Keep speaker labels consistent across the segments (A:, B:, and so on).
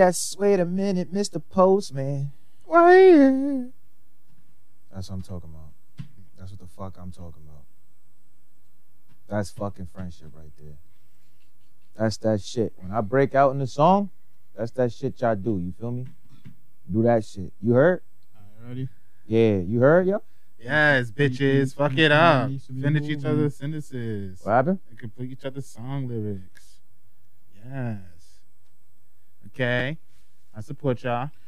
A: Yes, wait a minute, Mr. Postman.
B: Why?
A: That's what I'm talking about. That's what the fuck I'm talking about. That's fucking friendship right there. That's that shit. When I break out in the song, that's that shit y'all do. You feel me? Do that shit. You heard?
B: Ready?
A: Yeah, you heard, yo?
B: Yes, bitches. Fuck it up. Send it each other sentences.
A: What happened?
B: And complete each other's song lyrics. Yes. Okay. I support y'all.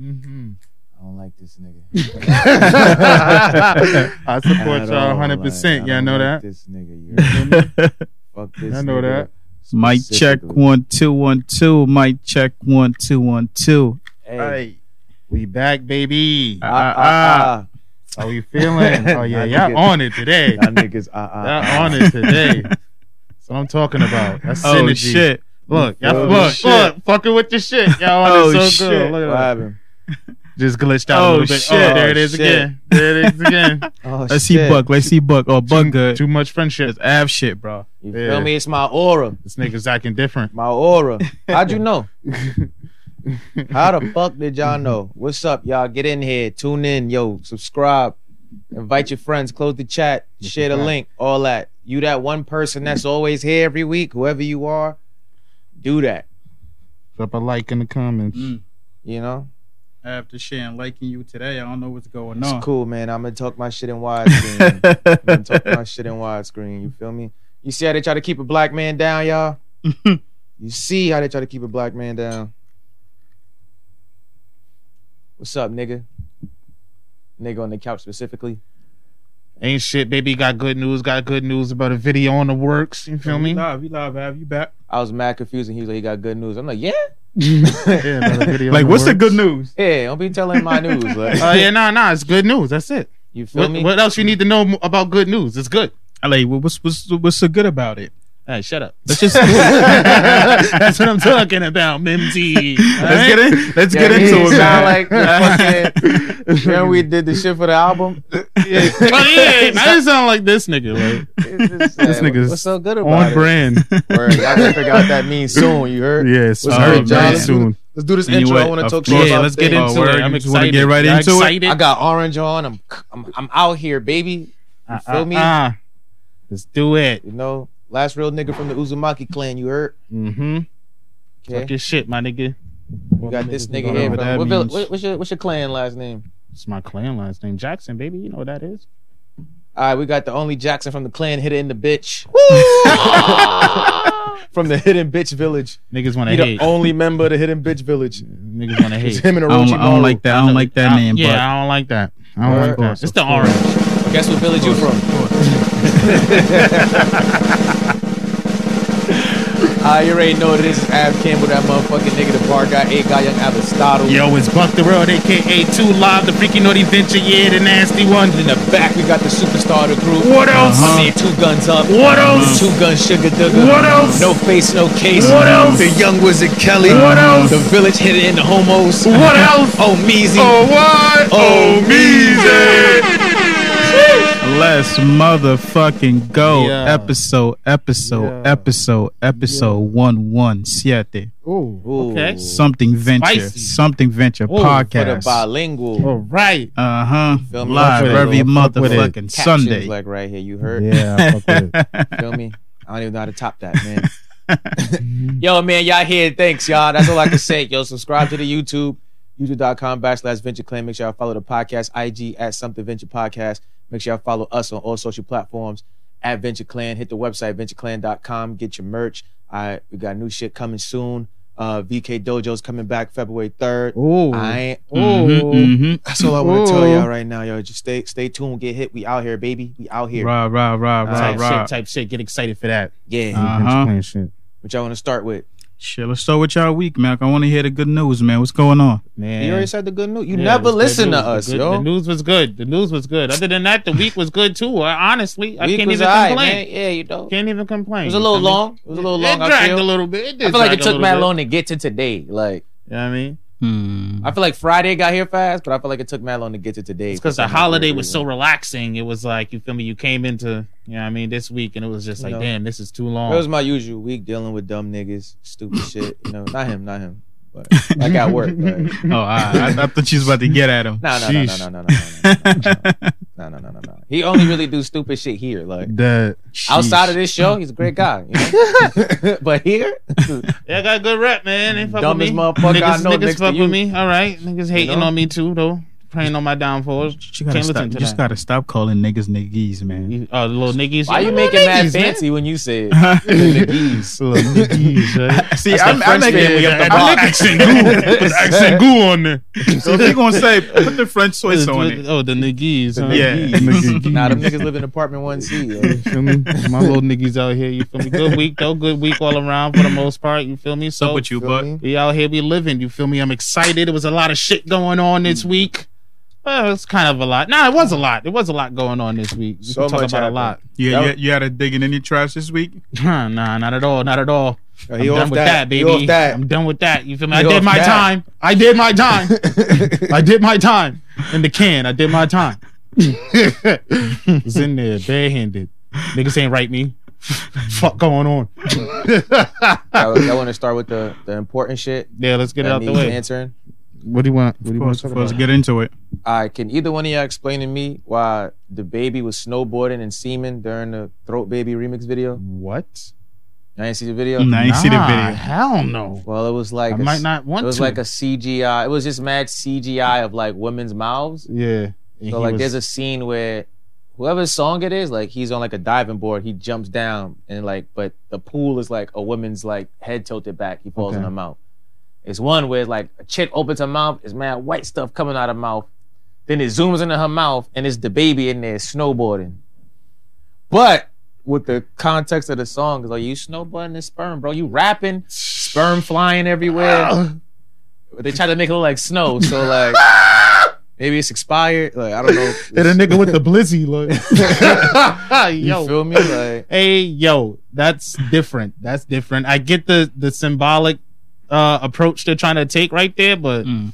B: Mm-hmm.
A: I don't like this nigga.
B: I support
A: At
B: y'all
A: all,
B: 100%.
A: like, I
B: y'all
A: don't
B: know
A: like
B: that?
A: This nigga, you heard? Fuck this
B: I know
A: nigga.
B: that.
C: Mic check
A: Specifically.
C: one two one two. Mic check one two one two.
A: Hey.
B: Right. We back, baby.
A: Ah, ah,
B: How we feeling? Oh, yeah.
A: I
B: Y'all
A: think it-
B: on it today.
A: ah. Y'all niggas, ah, ah,
B: Y'all
A: ah.
B: on it today. That's what I'm talking about. That's
C: Oh
B: synergy.
C: shit!
B: Look, y'all,
A: Oh,
B: look,
C: shit.
B: look, fucking with your shit. Y'all on
C: Oh,
B: it so
C: shit.
B: good. Look
A: What
B: at that.
A: happened?
B: Just glitched out
C: Oh,
B: a little bit.
C: shit.
B: Oh, there it is
A: Shit.
B: again. There it is again.
A: Oh,
C: Let's
A: shit.
C: see Buck. Let's see Buck. Oh, Buck
B: too,
C: good.
B: too much friendship.
C: It's ab shit, bro.
A: You
B: Yeah.
A: feel me? It's my aura.
B: This nigga's acting different.
A: My aura. How'd you know? How the fuck did y'all know? What's up, y'all? Get in here. Tune in. Yo, subscribe. Invite your friends. Close the chat. Share the link. All that. You that one person that's always here every week, whoever you are, do that.
B: Drop a like in the comments.
C: Mm.
A: You know?
C: After shit and liking you today, I don't know what's going
A: It's cool, man. I'm gonna talk my shit in widescreen. I'm gonna talk my shit in widescreen. You feel me? You see how they try to keep a black man down, y'all? You see how they try to keep a black man down? What's up, nigga? Nigga on the couch specifically.
B: Ain't shit, baby. Got good news. Got good news about a video on the works. You feel me?
C: We live, we live, Ab. You back?
A: I was mad confused and he was like, he got good news. I'm like, yeah?
B: Yeah, about a video on
C: Like, what's the
B: works.
C: good news?
A: Yeah, don't be telling my news. Like,
B: Oh yeah, nah, nah. It's good news. That's it.
A: you feel
B: What,
A: me?
B: what else you need to know mo- about good news? It's good.
C: I like what- what's what's what's so good about it?
B: Hey, shut up.
C: Let's just
B: That's what I'm talking about, Mimsy.
C: let's get in. Let's
A: Yeah,
C: get
A: he
C: into it.
A: sound
C: man.
A: like the fucking, when we did the shit for the album.
B: Oh, yeah, now you sound like this nigga. Like,
A: This
B: nigga's
A: What's so good about
B: on
A: it?
B: brand.
A: Word. Y'all gotta figure out what that means soon. You heard?
B: Yes,
A: What's
C: Oh,
A: good,
C: man.
A: John? Let's do, th- let's do this intro. I
C: Anyway,
A: want to
C: of
A: talk to you
C: course.
A: about
B: Yeah, let's get
A: things.
C: Oh,
B: into
C: word,
B: it. I'm
C: you just wanna
B: excited.
C: get right
B: Y'all
C: into it?
B: excited?
A: I got orange on. I'm I'm I'm out here, baby. You
B: Uh,
A: feel
B: uh,
A: me?
B: uh. Let's do it.
A: You know, last real nigga from the Uzumaki clan. You heard?
B: Mm-hmm. Fuck
A: Okay.
B: your shit, my nigga.
A: You got this nigga
B: don't
A: here
B: know what
A: from
B: that
A: what village,
B: means.
A: what, what's your what's your clan last name?
B: It's my clan last name, Jackson, baby. You know what that is.
A: All right, we got the only Jackson from the clan hidden in the bitch. from the hidden bitch village.
B: Niggas want
A: He
B: to
A: the
B: hate.
A: only member of the hidden bitch village.
B: Niggas want to
A: It's
B: hate.
A: him and
C: I don't,
A: Orochimaru.
C: I don't like that. I don't like that
B: I-
C: name.
B: Yeah,
C: Yeah,
B: I don't like that. I don't
A: Word.
B: like that. It's the
C: course.
B: orange.
A: Guess what village you from? Ah, you already know what it is. It's Ab Campbell, that motherfucking nigga, the bar guy, eight guy, young Avistado.
B: Yo, it's Buck the Road, aka Two Live, the freaky naughty venture. Yeah, the nasty one.
A: In the back, we got the superstar of the group.
B: What else?
A: I mean, two guns up.
B: What else?
A: Two gun sugar dugger.
B: What else?
A: No face, no case.
B: What else?
A: The young wizard Kelly.
B: What else?
A: The village hidden in the homos.
B: What else?
A: Oh, Meezy.
B: Oh what?
A: Oh,
C: let's motherfucking go.
B: Yeah.
C: Episode, episode,
B: Yeah.
C: episode, episode one one siete.
B: Ooh. Okay.
C: Something venture,
B: Spicy.
C: something venture
B: for the
A: For the
C: podcast.
A: bilingual
B: All right.
C: Uh huh.
A: Feel me?
C: Live
B: Fuck with it,
C: every
B: though. Fuck with it.
C: motherfucking
A: captions,
C: Sunday.
A: like right here, you heard.
B: Yeah.
A: Feel me? I don't even know how to top that, man. Yo, man, y'all here. Thanks, y'all. That's all I can say. Yo, subscribe to the YouTube, youtube.com backslash venture claim. Make sure y'all follow the podcast, IG at something venture podcast. Make sure y'all follow us on all social platforms at Venture Clan. Hit the website, ventureclan.com. Get your merch. All right, we got new shit coming soon. Uh, VK Dojo's coming back February 3rd.
B: Ooh.
A: I ain't.
C: Mm-hmm,
A: That's all I want to tell
B: Ooh.
A: y'all right now, yo. Just stay, stay tuned. Get hit. We out here, baby. We out
C: mm-hmm.
A: here.
C: Rah rah rah rah
B: Type
C: rah.
B: shit, type shit. Get excited for that.
A: Yeah.
C: Uh, Uh-huh.
B: Playing shit.
A: what y'all want to start with?
C: Shit, let's start with y'all week, Mac. I want to hear the good news, man. What's going on?
B: Man.
A: You already said the good news. You
B: Yeah, it
A: never
B: was good
A: listen to
B: news. The
A: us,
B: good-
A: yo.
B: The news was good. The news was good. Other than that, the week was good too. I, honestly, I
A: Week
B: can't
A: was
B: even
A: alright,
B: complain.
A: man. Yeah, you know. It
B: Can't even complain.
A: was a
B: You
A: little
B: feel me?
A: long. It was a little long.
B: It
A: I
B: dragged a
A: feel.
B: little bit. did
A: I feel like
B: drag
A: it
B: a
A: took
B: little
A: mad
B: bit.
A: long to get to today. Like
B: You know what I mean?
C: Hmm.
A: I feel like Friday got here fast, but I feel like it took mad long to get to today.
B: It's because
A: for
B: the
A: some
B: holiday
A: weird
B: was so
A: reason.
B: relaxing. It was like, you feel me? You came into, you know what I mean, this week and it was just like,
A: No.
B: damn, this is too
A: It
B: long.
A: was my usual week dealing with dumb niggas, stupid shit. You know, not him, not him. but like at work. Like,
C: Oh, I, I, I thought she was about to get at him.
A: no, no, no, no, no, no, no, no, no, no, no, no, no. He only really do stupid shit here. Like
B: That
A: outside of this show, he's a great guy. you know? but here,
B: yeah, I got a good rap, man. They fuck
A: Dumbest
B: with me.
A: motherfucker
B: niggas,
A: I know
B: Niggas
A: next to
B: fuck
A: you.
B: with me. All right, niggas hating
A: know?
B: on me too, though. Praying on my downfall.
C: You gotta
B: Can't
C: stop.
B: listen
C: You
B: to
C: just
B: that.
C: gotta stop calling niggas niggies, man.
B: You- Oh, the little niggas.
A: why
B: Yeah,
A: you
B: little
A: making mad
B: niggas, man.
A: fancy when you say niggas?
B: Little niggas, right?
C: See,
A: That's the French family up the block.
B: goo on there.
C: So if you're gonna say, put the French twist on it.
B: Oh, the niggas. huh?
C: Yeah.
A: Nah, them niggas live in apartment one C.
B: You feel me? My little niggas out here. You feel me? Good week though. Good week all around for the most part. You feel me?
C: What's up
B: So
C: with you, bud?
B: we out here. We living. You feel me? I'm excited. It was a lot of shit going on this week. Well, it's kind of a lot. Nah, it was a lot. It was a lot going on this week. We
A: So
B: can talk
A: much
B: about
A: happened.
B: a lot.
C: Yeah,
A: That
C: you, you had a digging any trash this week?
B: Huh, nah, not at all. Not at all. I'm
A: He
B: done
A: off
B: with that,
A: that. He
B: baby.
A: off that.
B: I'm done with that. You feel me?
A: He
B: I
A: off
B: did my
A: that.
B: time. I did my time. I did my time in the can. I did my time. was in there barehanded. Niggas ain't right me. Fuck going on.
A: I, I want to start with the, the important shit.
B: yeah, let's get it
A: that
B: out the
A: needs
B: way.
A: Answering.
B: What do you want? What do you want
C: Let's
B: to talk about?
C: get into it.
A: I can either one of y'all explain to me why the baby was snowboarding and semen during the Throat Baby remix video?
B: What?
A: I didn't see the video.
C: Nah, I ain't see the
B: Nah,
C: video.
B: Hell no.
A: Well, it was like
B: I
A: a
B: might
A: s-
B: not want
A: It was
B: to.
A: like a CGI. It was just mad CGI of like women's mouths.
B: yeah.
A: So like, there's a scene where whoever's song it is, like he's on like a diving board. He jumps down and like, but the pool is like a woman's like head tilted back. He falls in
B: Okay.
A: her mouth. It's one where like a chick opens her mouth. It's mad white stuff coming out her mouth. Then it zooms into her mouth and it's the baby in there snowboarding. But with the context of the song, is like you snowboarding and sperm, bro. You rapping, sperm flying everywhere. But they try to make it look like snow, so like maybe it's expired. Like I don't know.
B: and a nigga with the blizzy look.
A: You
B: Yo.
A: feel me? Like
B: hey yo that's different that's different i get the the symbolic uh approach they're trying to take right there but
C: Mm.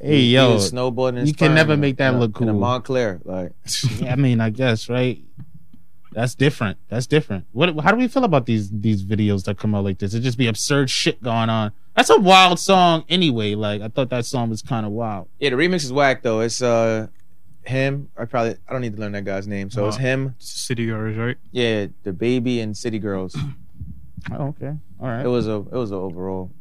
B: hey
A: he
B: yo
A: was snowboarding. and
B: you can
A: sperm
B: never
A: in a-
B: make that
A: in a-
B: look
A: In a
B: cool.
A: Montclair, like
B: i mean i guess right that's different that's different what how do we feel about these these videos that come out like this it just be absurd shit going on that's a wild song anyway like i thought that song was kind of wild
A: yeah, the remix is whack though. It's uh him. I probably I don't need to learn that guy's name. So it's
B: Uh-huh.
C: Oh.
A: him.
C: City girls, right?
A: Yeah, the baby and City Girls.
B: oh, okay all
A: It
B: right
A: was a it was an overall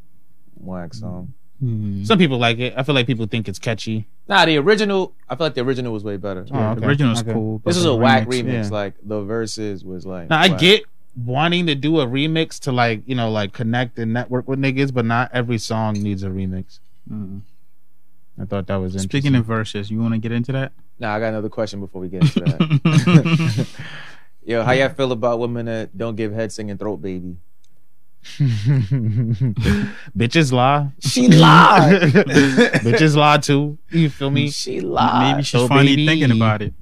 A: whack song.
C: Mm.
B: some people like it i feel like people think it's catchy
A: Nah, the original. I feel like the original was way better.
B: Oh,
C: The
B: okay.
C: original's
B: Okay.
C: cool. but
A: This is
C: the
A: a whack remix.
B: yeah.
A: Like the verses was like.
B: Now I
A: whack.
B: get wanting to do a remix to like you know like connect and network with niggas, but not every song needs a remix.
C: Mm.
B: I thought that was interesting.
C: Speaking of verses, you want to get into that?
A: Nah, I got another question before we get into that. Yo, how y'all feel about women that don't give head singing throat baby?
B: bitches lie,
A: She lied.
B: bitches lie too. You feel me?
A: she
C: Maybe
A: lied.
C: she's
B: so
C: finally
B: baby.
C: thinking about it.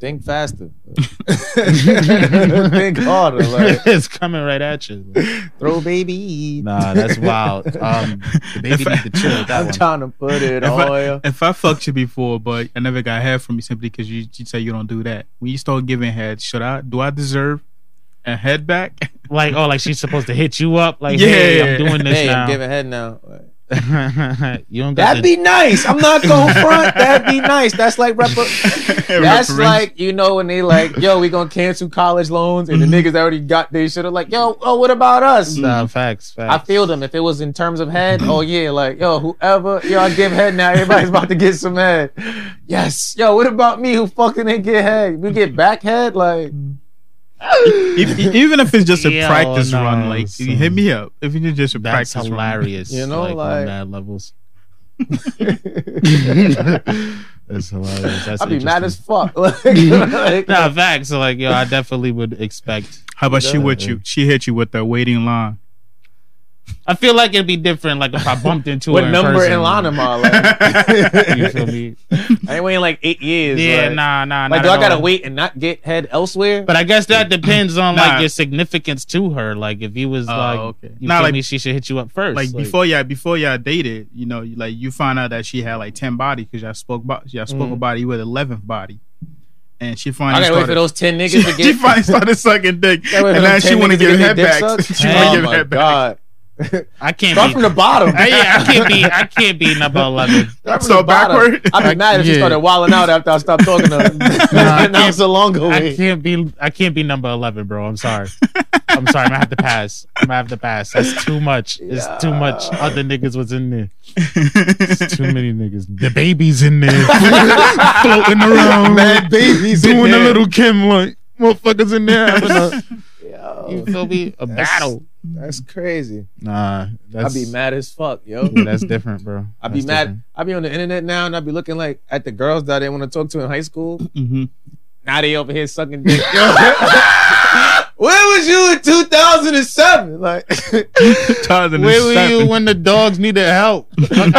A: Think faster. Think harder. Like,
B: it's coming right at you.
A: throw baby.
B: Nah, that's wild. Um, the baby
C: If I-
B: need to chill with that
A: I'm
B: one.
A: trying to put it
C: If
A: on
C: I-
A: you.
C: If I fucked you before, but I never got head from you simply because you, you say you don't do that. When you start giving head, should I? Do I deserve a head back?
B: like, oh, like she's supposed to hit you up. Like,
C: Yeah.
B: hey, I'm doing this
A: Hey,
B: now.
A: I'm giving head now.
B: you don't got
A: That'd
B: to.
A: be nice. I'm not going front. That'd be nice. That's like rep- That's
C: Reference.
A: like you know when they like, yo, we gonna cancel college loans, and the niggas already got they should have like, yo, oh, what about us?
B: Mm-hmm. Nah, facts, facts.
A: I feel them. If it was in terms of head, oh yeah, like yo, whoever yo, I give head now. Everybody's about to get some head. Yes, yo, what about me who fucking didn't get head? We get back head, like
C: If- e- even if it's just a
B: Yo,
C: practice
B: no,
C: run, like
B: son.
C: you hit me up. If it's just a
B: That's
C: practice run.
B: hilarious.
A: You know, like-
B: on mad levels.
A: I'd
B: That's hilarious. That's
A: be mad as
B: interesting.
A: fuck. Like, like,
B: Nah, facts. So like, yo, I definitely would expect.
C: How about she
A: Yeah.
C: with you? She hit you with the waiting line.
B: I feel like it'd be different. Like if I bumped into her
A: what
B: in
A: number
B: person,
A: in line am I? Like,
B: You feel me?
A: I ain't waiting like eight years.
B: Yeah,
A: like,
B: nah, nah.
A: Like,
B: not
A: do I
B: at
A: gotta
B: all.
A: wait and not get head elsewhere?
B: But I guess that depends on
C: Nah.
B: like your significance to her. Like if you was
C: Oh,
B: like,
C: okay.
B: you
C: Nah,
B: feel
C: like-
B: me? She should hit you up first.
C: Like before y'all, before y'all dated, you know, you- like you found out that she had like ten body because y'all spoke about y'all spoke
A: Mhm.
C: about you with eleventh body, and she
A: I
C: finally
A: gotta wait for
C: started.
A: those ten
C: She,
A: niggas to
C: she
A: get.
C: finally started sucking dick,
A: gotta wait for
C: and now
A: them 10
C: she want to
A: niggas to
C: give
A: get
C: head
A: their dick
C: back.
A: sucked?
C: She
A: oh
C: want to give
A: my
C: head back.
A: god!
B: I can't
A: Start
B: be.
A: from the bottom.
B: I, yeah, I can't be. I can't be number eleven.
A: Start from
D: So
A: the bottom.
D: backward.
A: I'd be mad if she
C: Yeah.
A: started wilding out after I stopped talking to her.
B: I
A: and that was a long
B: I
A: way.
B: can't be. I can't be number eleven, bro. I'm sorry. I'm sorry. I'm gonna have to pass. I'm gonna have to pass. That's too much. It's too much.
A: Yeah.
B: Other niggas was in there. It's too many niggas. The baby's in there, floating around,
A: Mad babies in
B: doing a
A: there.
B: little Kim like motherfuckers in there. having a- you
A: Yo,
B: feel me? A
A: That's-
B: battle.
A: that's crazy.
B: Nah,
A: I'd
B: that's
A: be mad as fuck, yo.
B: Yeah, that's different, bro.
A: I'd be
B: That's
A: mad.
B: different.
A: I'd be on the internet now and I'd be looking like at the girls that I didn't want to talk to in high school.
C: hmm
A: Now they over here sucking dick. Yo. Where was you in 2007? Like,
B: Where were you when the dogs needed help? Fuck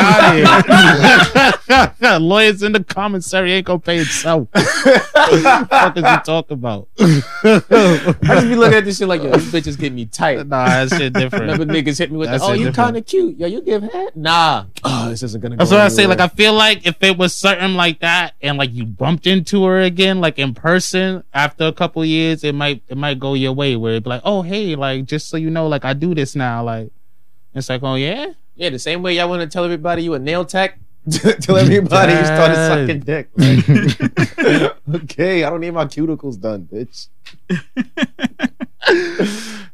B: out here. Lawyers in the commissary ain't gonna pay itself. fuck is you talking about?
A: I just be looking at this shit like, yo, these bitches get me tight.
B: nah, that shit
A: Remember
B: different.
A: niggas hit me with
B: That's
A: the, oh,
B: a
A: you
B: different-
A: kind of cute. Yo, you give head? Nah. Oh, this isn't gonna.
B: That's
A: go
B: what I say.
A: anywhere.
B: Like, I feel like if it was something like that, and like you bumped into her again, like in person after a couple years, it might it might go your way. Where it'd be like, oh hey, like just so you know, like I do this now. Like it's like, oh yeah,
A: yeah, the same way y'all want to tell everybody you a nail tech. tell everybody you started
B: Yes.
A: sucking dick. like. okay, I don't need my cuticles done, bitch.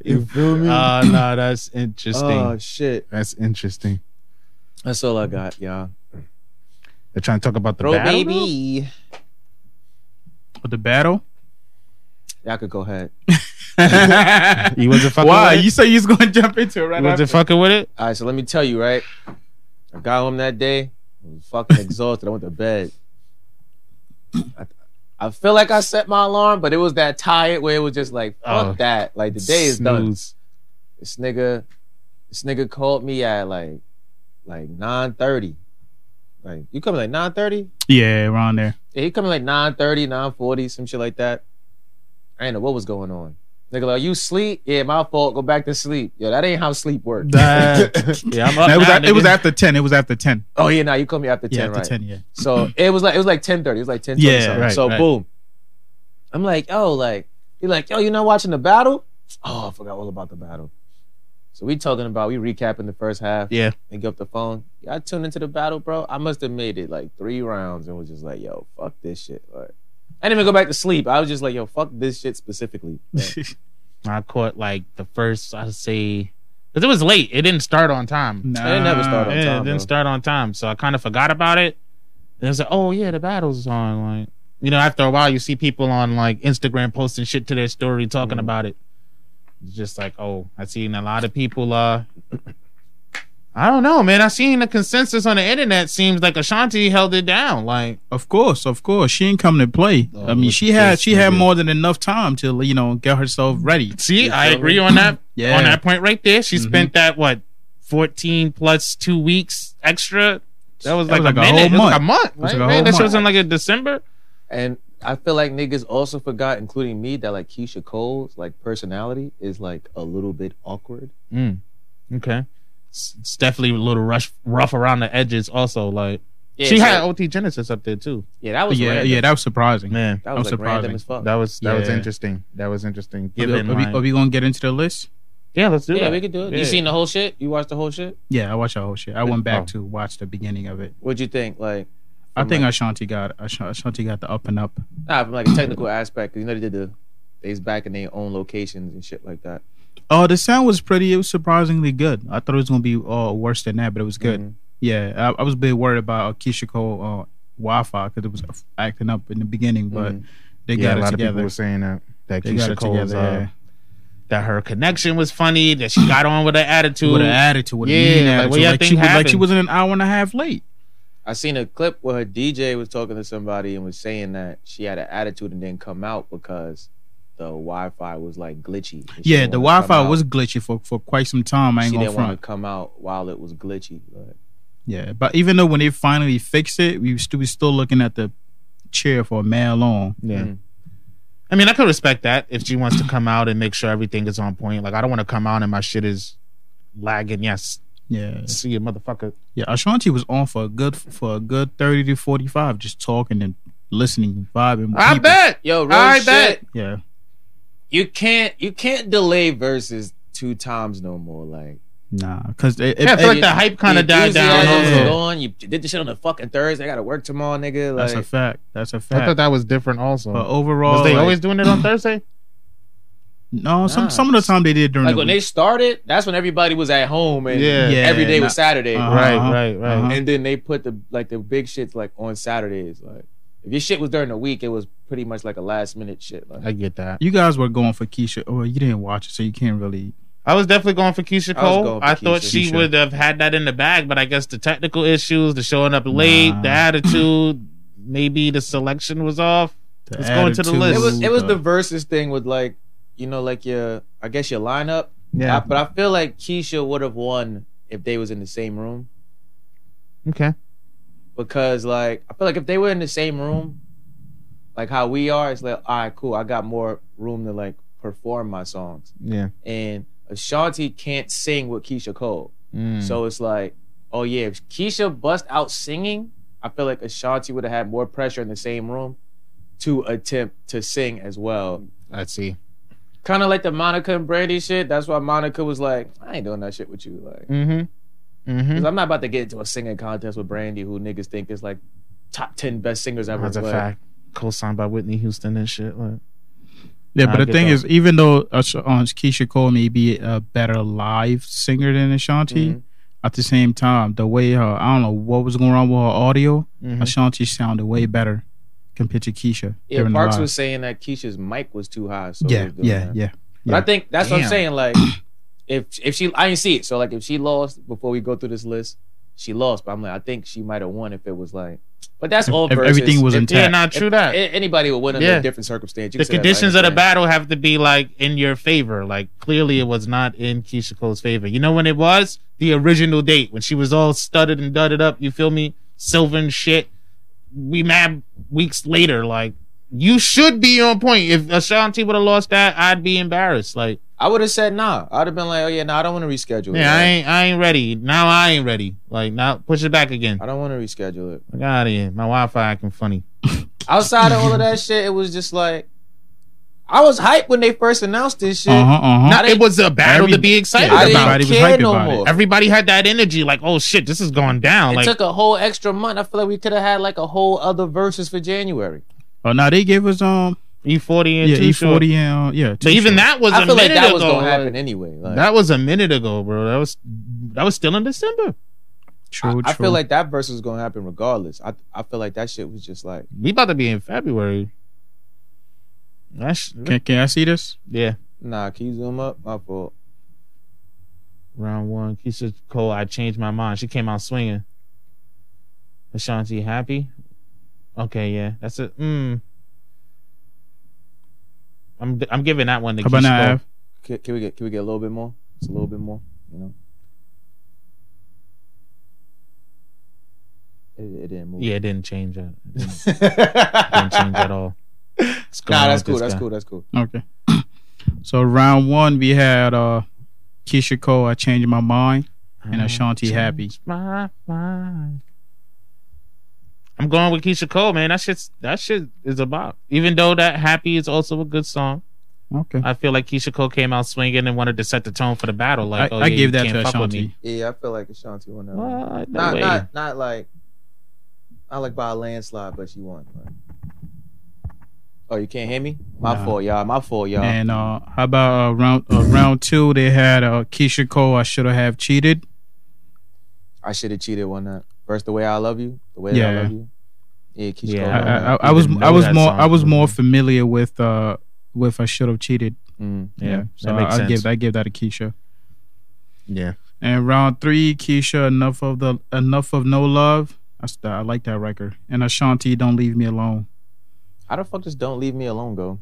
A: you feel me?
B: uh, no, that's interesting.
A: oh shit,
B: that's interesting.
A: that's all I got, y'all.
B: They're trying to talk about the
A: Bro,
B: battle.
A: baby,
C: the battle?
A: y'all could go ahead.
B: though? You wasn't fucking
C: Why?
B: with
C: You said you was gonna jump into it
B: it.
C: right
B: You
C: now.
B: wasn't fucking with it.
A: All right, so let me tell you, right? I got home that day, I was fucking exhausted. I went to bed. I, I feel like I set my alarm, but it was that tired where it was just like, fuck
B: Oh.
A: that. Like the day is done.
B: Snooze.
A: This nigga, this nigga called me at like, like nine thirty. Like you coming like nine thirty?
C: Yeah, around there.
A: Yeah, he coming like 930, 940, some shit like that. I didn't know what was going on. Nigga, like, you sleep? Yeah, my fault. Go back to sleep. Yo, that ain't how sleep works.
B: That- Yeah, I'm up
C: No, it was
B: now,
C: a- it was
B: nigga.
C: after ten. It was after ten.
A: oh yeah, now you call me after 10,
C: Yeah, after
A: right?
C: ten. Yeah.
A: So it was like it was like 1030. It was like 10
C: Yeah,
B: right,
A: so
B: right.
A: boom. I'm like, yo, like, he like, yo, you not watching the battle? Oh, I forgot all about the battle. So we talking about we recapping the first half.
B: Yeah.
A: And get up the phone. Yeah, I tuned into the battle, bro. I must have made it like three rounds and was just like, yo, fuck this shit. Like, I didn't even go back to sleep. I was just like, yo, fuck this shit specifically. Like,
B: I caught like the first, I say, because it was late. It didn't start on time.
C: nah.
A: didn't have a start on
B: yeah,
A: time,
B: it
A: bro.
B: didn't start on time, so I kind of forgot about it. And I was like, oh yeah, the battle's on. Like, you know, after a while, you see people on like Instagram posting shit to their story talking
A: Mhm.
B: about it. It's just like, oh, I seen a lot of people. uh I don't know, man. I seen the consensus on the internet seems like Ashanti held it down. Like,
C: Of course, of course. She ain't coming to play.
B: Oh,
C: I mean,
B: look
C: she
B: at
C: had
B: this
C: she had
B: nigga.
C: more than enough time to you know get herself ready.
B: see, I
A: feel me?
B: agree on that
C: Yeah.
B: on that point right there. She
C: Mhm.
B: spent that what fourteen plus two weeks extra. That was
C: That
B: like,
C: was
B: a,
C: like a
B: minute.
C: whole
B: It was like a month.
C: was
B: right?
C: like a
B: Man,
C: whole
B: that shit
C: month.
B: was in like a December.
A: and I feel like niggas also forgot, including me, that like Keisha Cole's like personality is like a little bit awkward.
B: Mm. Okay. It's, it's definitely a little rush, rough around the edges. Also, like
A: Yeah,
B: she
A: so-
B: had OT Genesis up there too.
A: yeah, that was
C: yeah,
A: random.
C: yeah. That was surprising.
B: Man,
A: That was
C: I'm
A: like random
C: surprised.
A: as fuck.
B: that was that was
C: Yeah.
B: interesting. That was interesting.
C: Are, we-
B: Given,
C: are we,
B: like-
C: are we gonna get into the list?
B: yeah, let's do
A: yeah,
B: that.
A: we could do it.
B: Yeah.
A: You seen the whole shit? You watched the whole shit?
C: Yeah, I watched that whole shit. I went back
B: Oh.
C: to watch the beginning of it.
A: What'd you think? Like,
C: I
A: From
C: think
A: like-
C: Ashanti got Asha- Ashanti got the up and up.
A: nah, from like a technical aspect, 'cause you know they did the they's back in their own locations and shit like that.
C: Oh, the sound was pretty. It was surprisingly good. I thought it was gonna be uh, worse than that, but it was good.
B: Mm-hmm.
A: Mhm.
C: Yeah, I, I was a bit worried about uh, Kishiko uh, Wi-Fi because it was acting up in the beginning, but
A: Mhm.
C: they
B: Mm. yeah,
C: got
B: a
C: it
B: lot of people
C: together.
B: were saying that that
C: They got
B: Keisha
C: it
B: Cole's
C: together.
B: uh,
C: yeah.
B: that her connection was funny. That she got on with her attitude.
C: With an attitude, with a
B: Yeah, like,
C: mean attitude.
B: what y'all
C: like, she
B: think
C: was, like she
B: happened?
C: wasn't an hour and a half late.
A: I seen a clip where her DJ was talking to somebody and was saying that she had an attitude and didn't come out because the Wi-Fi was like glitchy. and she
C: Yeah,
A: didn't
C: the
A: wanna come
C: Wi-Fi
A: out.
C: was glitchy for, for quite some time. I
A: She
C: ain't gonna
A: didn't
C: front.
A: want to come out while it was glitchy. But
C: Yeah, but even though when they finally fixed it, we still we still looking at the chair for a mile long.
B: Yeah.
A: Mhm.
B: I mean, I could respect that if she wants to come out and make sure everything is on point. Like, I don't want to come out and my shit is lagging. Yes,
C: Yeah,
B: see you, motherfucker.
C: yeah. Ashanti was on for a good for a good thirty to forty five, just talking and listening, vibing. with
B: I
C: people.
B: bet.
A: yo, real
B: I
A: shit.
B: bet.
C: Yeah,
A: You can't you can't delay verses two times no more. Like
C: Nah, because it,
B: Yeah, I
C: it-
B: feel like
A: it-
B: the hype kind of died down.
A: enthusiasm is
C: yeah.
B: Also.
A: gone. You did the shit on a fucking Thursday. I got to work tomorrow, nigga.
C: that's
A: Like,
C: a fact. That's a
B: I thought
C: fact.
B: that was different. Also,
C: But
B: was
C: overall,
B: they
C: like-
B: always doing it on Thursday?
C: no. Some
B: Nah.
C: some of the time they did during
A: like
C: the
A: when they
C: week.
A: started, that's when everybody was at home and
B: Yeah.
C: Yeah,
A: every day
C: nah.
A: was Saturday.
C: Uh-huh.
B: Right, right, right.
C: Uh-huh.
A: And then they put the like the big shits like on Saturdays. Like if your shit was during the week, it was pretty much like a last minute shit. Like
B: I get that.
C: you guys were going for Keisha, or you didn't watch it, so you can't really.
B: I was definitely going for Keisha
A: I was
B: Cole. I,
A: going for
B: thought
A: Keisha.
B: she
C: Keisha.
B: would have had that in the bag, but I guess the technical issues, the showing up late,
C: Nah.
B: the attitude, maybe the selection was off.
C: the
B: Let's go into the
C: attitude,
B: list.
A: it was it was
C: uh,
A: the versus thing with like you know like your I guess your lineup.
C: yeah.
A: I- but I feel like Keisha would have won if they was in the same room
B: Okay.
A: because like I feel like if they were in the same room, like how we are, it's like all right, cool. I got more room to like perform my songs.
B: Yeah.
A: And Ashanti can't sing with Keisha Cole.
B: Hmm. Mm.
A: So it's like, oh yeah, if Keisha bust out singing, I feel like Ashanti would have had more pressure in the same room to attempt to sing as well.
B: I see.
A: Kind of like the Monica and Brandy shit. That's why Monica was like, I ain't doing that shit with you. Like,
B: Mm-hmm.
A: because
B: Mm-hmm.
A: I'm not about to get into a singing contest with Brandy, who niggas think is like top 10 best singers ever.
B: That's a
A: But
B: fact. Co-signed by Whitney Houston and shit. Like,
C: Yeah,
B: Nah, I
C: but the
B: get
C: thing
B: that.
C: is, even though Ash- uh, Keisha Cole may be a better live singer than Ashanti,
A: Mhm.
C: at the same time, the way her, I don't know what was going on with her audio,
B: Mm-hmm.
C: Ashanti sounded way better compared to Keisha.
A: Yeah,
C: during the
A: Parks
C: live.
A: was saying that Keisha's mic was too high. So it
C: yeah,
A: was doing
C: yeah,
A: that.
C: yeah.
A: But I think that's what I'm
B: Damn.
A: saying. Like, if if she, I didn't see it. So like, if she lost before we go through this list, she lost. But I'm like, I think she might have won if it was like. But that's all.
C: If
A: versus.
C: everything was
A: If-
C: intact.
B: Yeah, not true
A: a-
B: that.
A: Anybody would win under
B: Yeah.
A: a different circumstance. You can
B: the
A: say that about
B: conditions of the
A: anything.
B: battle have to be like in your favor. Like clearly, it was not in Keisha Cole's favor. You know when it was the original date when she was all studded and dudded up. You feel me? Silver and shit. We mad weeks later. Like you should be on point. If Ashanti would have lost that, I'd be embarrassed. Like
A: I would have said nah. I'd have been like, oh yeah, nah, I don't want to reschedule.
B: yeah,
A: it.
B: I ain't I ain't ready. Now I ain't ready. Like now push it back again.
A: I don't want to reschedule it.
B: Like out of here. My Wi-Fi acting funny.
A: Outside of all of that shit, it was just like, I was hyped when they first announced this shit.
C: Uh huh, uh huh.
B: Not, it was a battle
C: Every-
B: to be excited
A: I
B: about.
A: didn't
C: Everybody was
A: care
C: hyped
A: no
C: about it.
A: more.
B: Everybody had that energy, like, oh shit, this is going down.
A: it
B: like,
A: took a whole extra month. I feel like we could have had like a whole other verses for January.
C: Oh, now they gave us, um,
B: E40 E and
C: yeah,
B: two
C: E40
B: short.
C: and, uh, yeah.
B: But even that was a
A: I feel like
B: minute
A: that
B: ago.
A: was gonna
B: like,
A: happen anyway. Like,
B: that was a minute ago, bro. That was that was still in December.
C: True, true.
A: I feel like that verse is gonna happen regardless. I I feel like that shit was just like
B: We about to be in February. That's
C: Can, can I see this?
B: yeah.
A: nah. Can you zoom up? My fault.
B: Round one, Keisha Cole. I changed my mind. She came out swinging. Ashanti happy. Okay, yeah, that's it. Mm. I'm I'm giving that one to
C: How about
B: Keisha
C: now,
B: Cole.
C: Av?
A: Can, can we get can we get a little bit more? Just a little bit more. You know. It, it didn't move.
B: Yeah, it didn't change. It It didn't, didn't change
A: nah,
B: at all. What's going on
A: that's
B: with
A: cool.
B: this
A: That's
B: guy?
A: cool. That's cool.
C: Okay. so round one, we had uh, Keisha Cole, I Changed My Mind, and Ashanti Happy.
B: My mind. I'm going with Keisha Cole, man. That shit's that shit is a bop. Even though that Happy is also a good song,
C: Okay.
B: I feel like Keisha Cole came out swinging and wanted to set the tone for the battle. Like,
C: I,
B: oh,
C: I
B: yeah,
C: give
B: you
C: that
B: can't
C: to
B: fuck with
C: Ashanti.
B: me.
A: Yeah, I feel like Ashanti won that. one.
B: What? No
A: Not
B: way.
A: not not like not like by a landslide, but she won. like. Oh, you can't hear me? My
C: Nah.
A: fault, y'all. My fault, y'all.
C: And uh, how about uh, round uh, round two? They had uh, Keisha Cole. I should have cheated.
A: I should have cheated one night. First, the way I love you, the way that I
C: Yeah.
A: love you. Yeah, Keisha
B: Yeah,
A: Cole,
C: I, I, I,
A: man.
C: I was
B: Even
C: I was
B: know that
C: more I
B: song.
C: was more familiar with uh, with I should have cheated.
A: Mm.
B: Yeah,
C: so
B: that makes
C: I, I
B: sense.
C: give I give that to Keisha.
B: Yeah,
C: And round three, Keisha, enough of the enough of no love. That's the, I like that record. And Ashanti, don't leave me alone.
A: How the fuck does "Don't Leave Me Alone" go?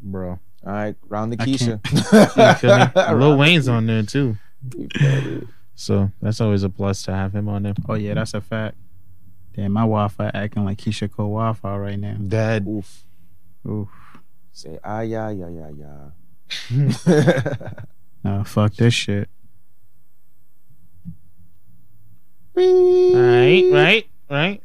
B: bro.
A: All right, round the
C: I
A: Keisha.
B: You feel me? Lil
A: Round
B: Wayne's on there too,
A: the Keisha.
B: so that's always a plus to have him on there.
C: Oh yeah, that's a fact. Damn, my Wi-Fi acting like Keisha Cole Wi-Fi right now.
B: Dad,
A: Oof.
C: Ooh,
A: Say ah yeah yeah yeah yeah.
C: nah, fuck this shit.
B: right, right, right.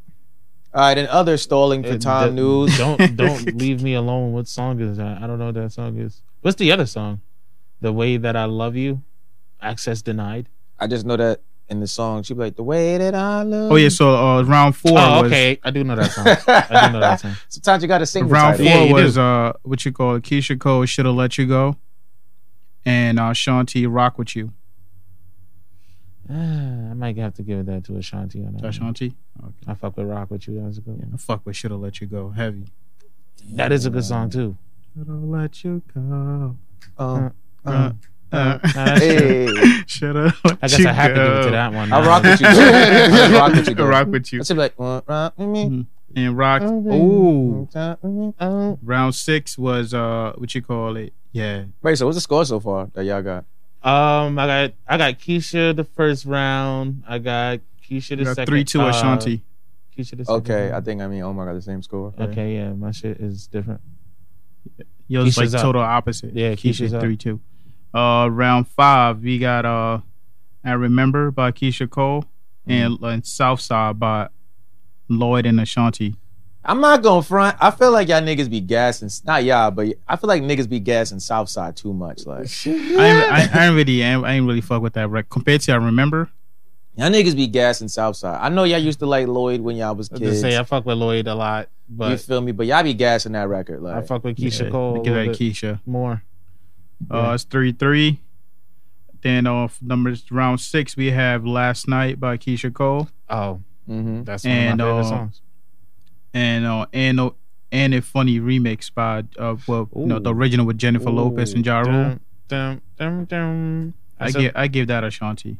A: All right, and other stalling for
B: Uh,
A: time
B: d-
A: news.
B: Don't don't leave me alone. What song is that? I don't know what that song is. What's the other song? The way that I love you. access denied.
A: I just know that in the song, she be like, the way that I love.
C: Oh yeah, so uh, round four
B: oh,
C: was
B: okay. I do know that song. I do know that song.
A: Sometimes you gotta sing the
C: round
A: title.
C: four
B: Yeah, you
C: was
B: do.
C: uh what you call it, Keisha Cole shoulda let you go, and uh, Sean T rock with you.
B: Ah, I might have to give that to Ashanti on that.
C: That's
B: one.
C: Sean T. Okay.
B: I fuck with Rock with you. That was a good one.
C: I fuck with shoulda let you go heavy.
B: That is a good song too.
C: Shoulda let you go.
A: Um,
C: Uh,
A: um,
C: uh,
B: Nah, that's
A: hey.
C: shoulda let
B: I guess
C: you
B: I have
C: go.
B: to give it to that one.
A: I
B: now.
A: rock with you. I rock with you.
C: I rock with you.
A: I should be like, uh, rock with me.
C: And rock.
B: Ooh.
C: Ooh.
B: Oh,
C: Round six was uh what you call it? Yeah.
A: Right, so what's the score so far that y'all got?
B: Um, I got I got Keisha the first round. I got Keisha the
C: You got
B: second.
C: three two
B: uh,
C: Ashanti.
B: Keisha the second.
A: Okay, I
B: round.
A: think I mean Omar got the same score.
B: Okay, yeah, my shit is different.
C: Yours like
B: Keisha's up.
C: total opposite.
B: Yeah, Keisha's
C: Keisha's
B: up.
C: three two. Uh round five, we got uh I Remember by Keisha Cole
B: Mm-hmm.
C: and, and Southside by Lloyd and Ashanti.
A: I'm not gonna front. I feel like y'all niggas be gassing. Not y'all, but I feel like niggas be gassing Southside too much. Like
C: I ain't, I, ain't- I ain't really I ain't, I ain't really fuck with that record. Compared to I Remember,
A: y'all niggas be gassing Southside. I know y'all used to like Lloyd when y'all was
B: I was gonna
A: kids.
B: say I fuck with Lloyd a lot,
A: you
B: but
A: feel me? But y'all be gassing that record.
B: I
A: Like
B: fuck with Keisha
C: yeah,
B: Cole a
C: Give
B: little
C: that
B: bit
C: Keisha.
B: more.
C: Uh
B: Yeah.
C: it's three three. Then uh, off numbers round six we have Last Night by Keisha Cole.
B: Oh,
A: hmm
B: that's one and,
C: And,
B: of my favorite
C: uh,
B: songs.
C: and uh, and uh, and a funny remix by uh well you know the
B: Ooh.
C: original with Jennifer Lopez and Ja Rule.
B: Dum, dum, dum, dum.
C: I
B: That's mm,
C: give I give that Ashanti.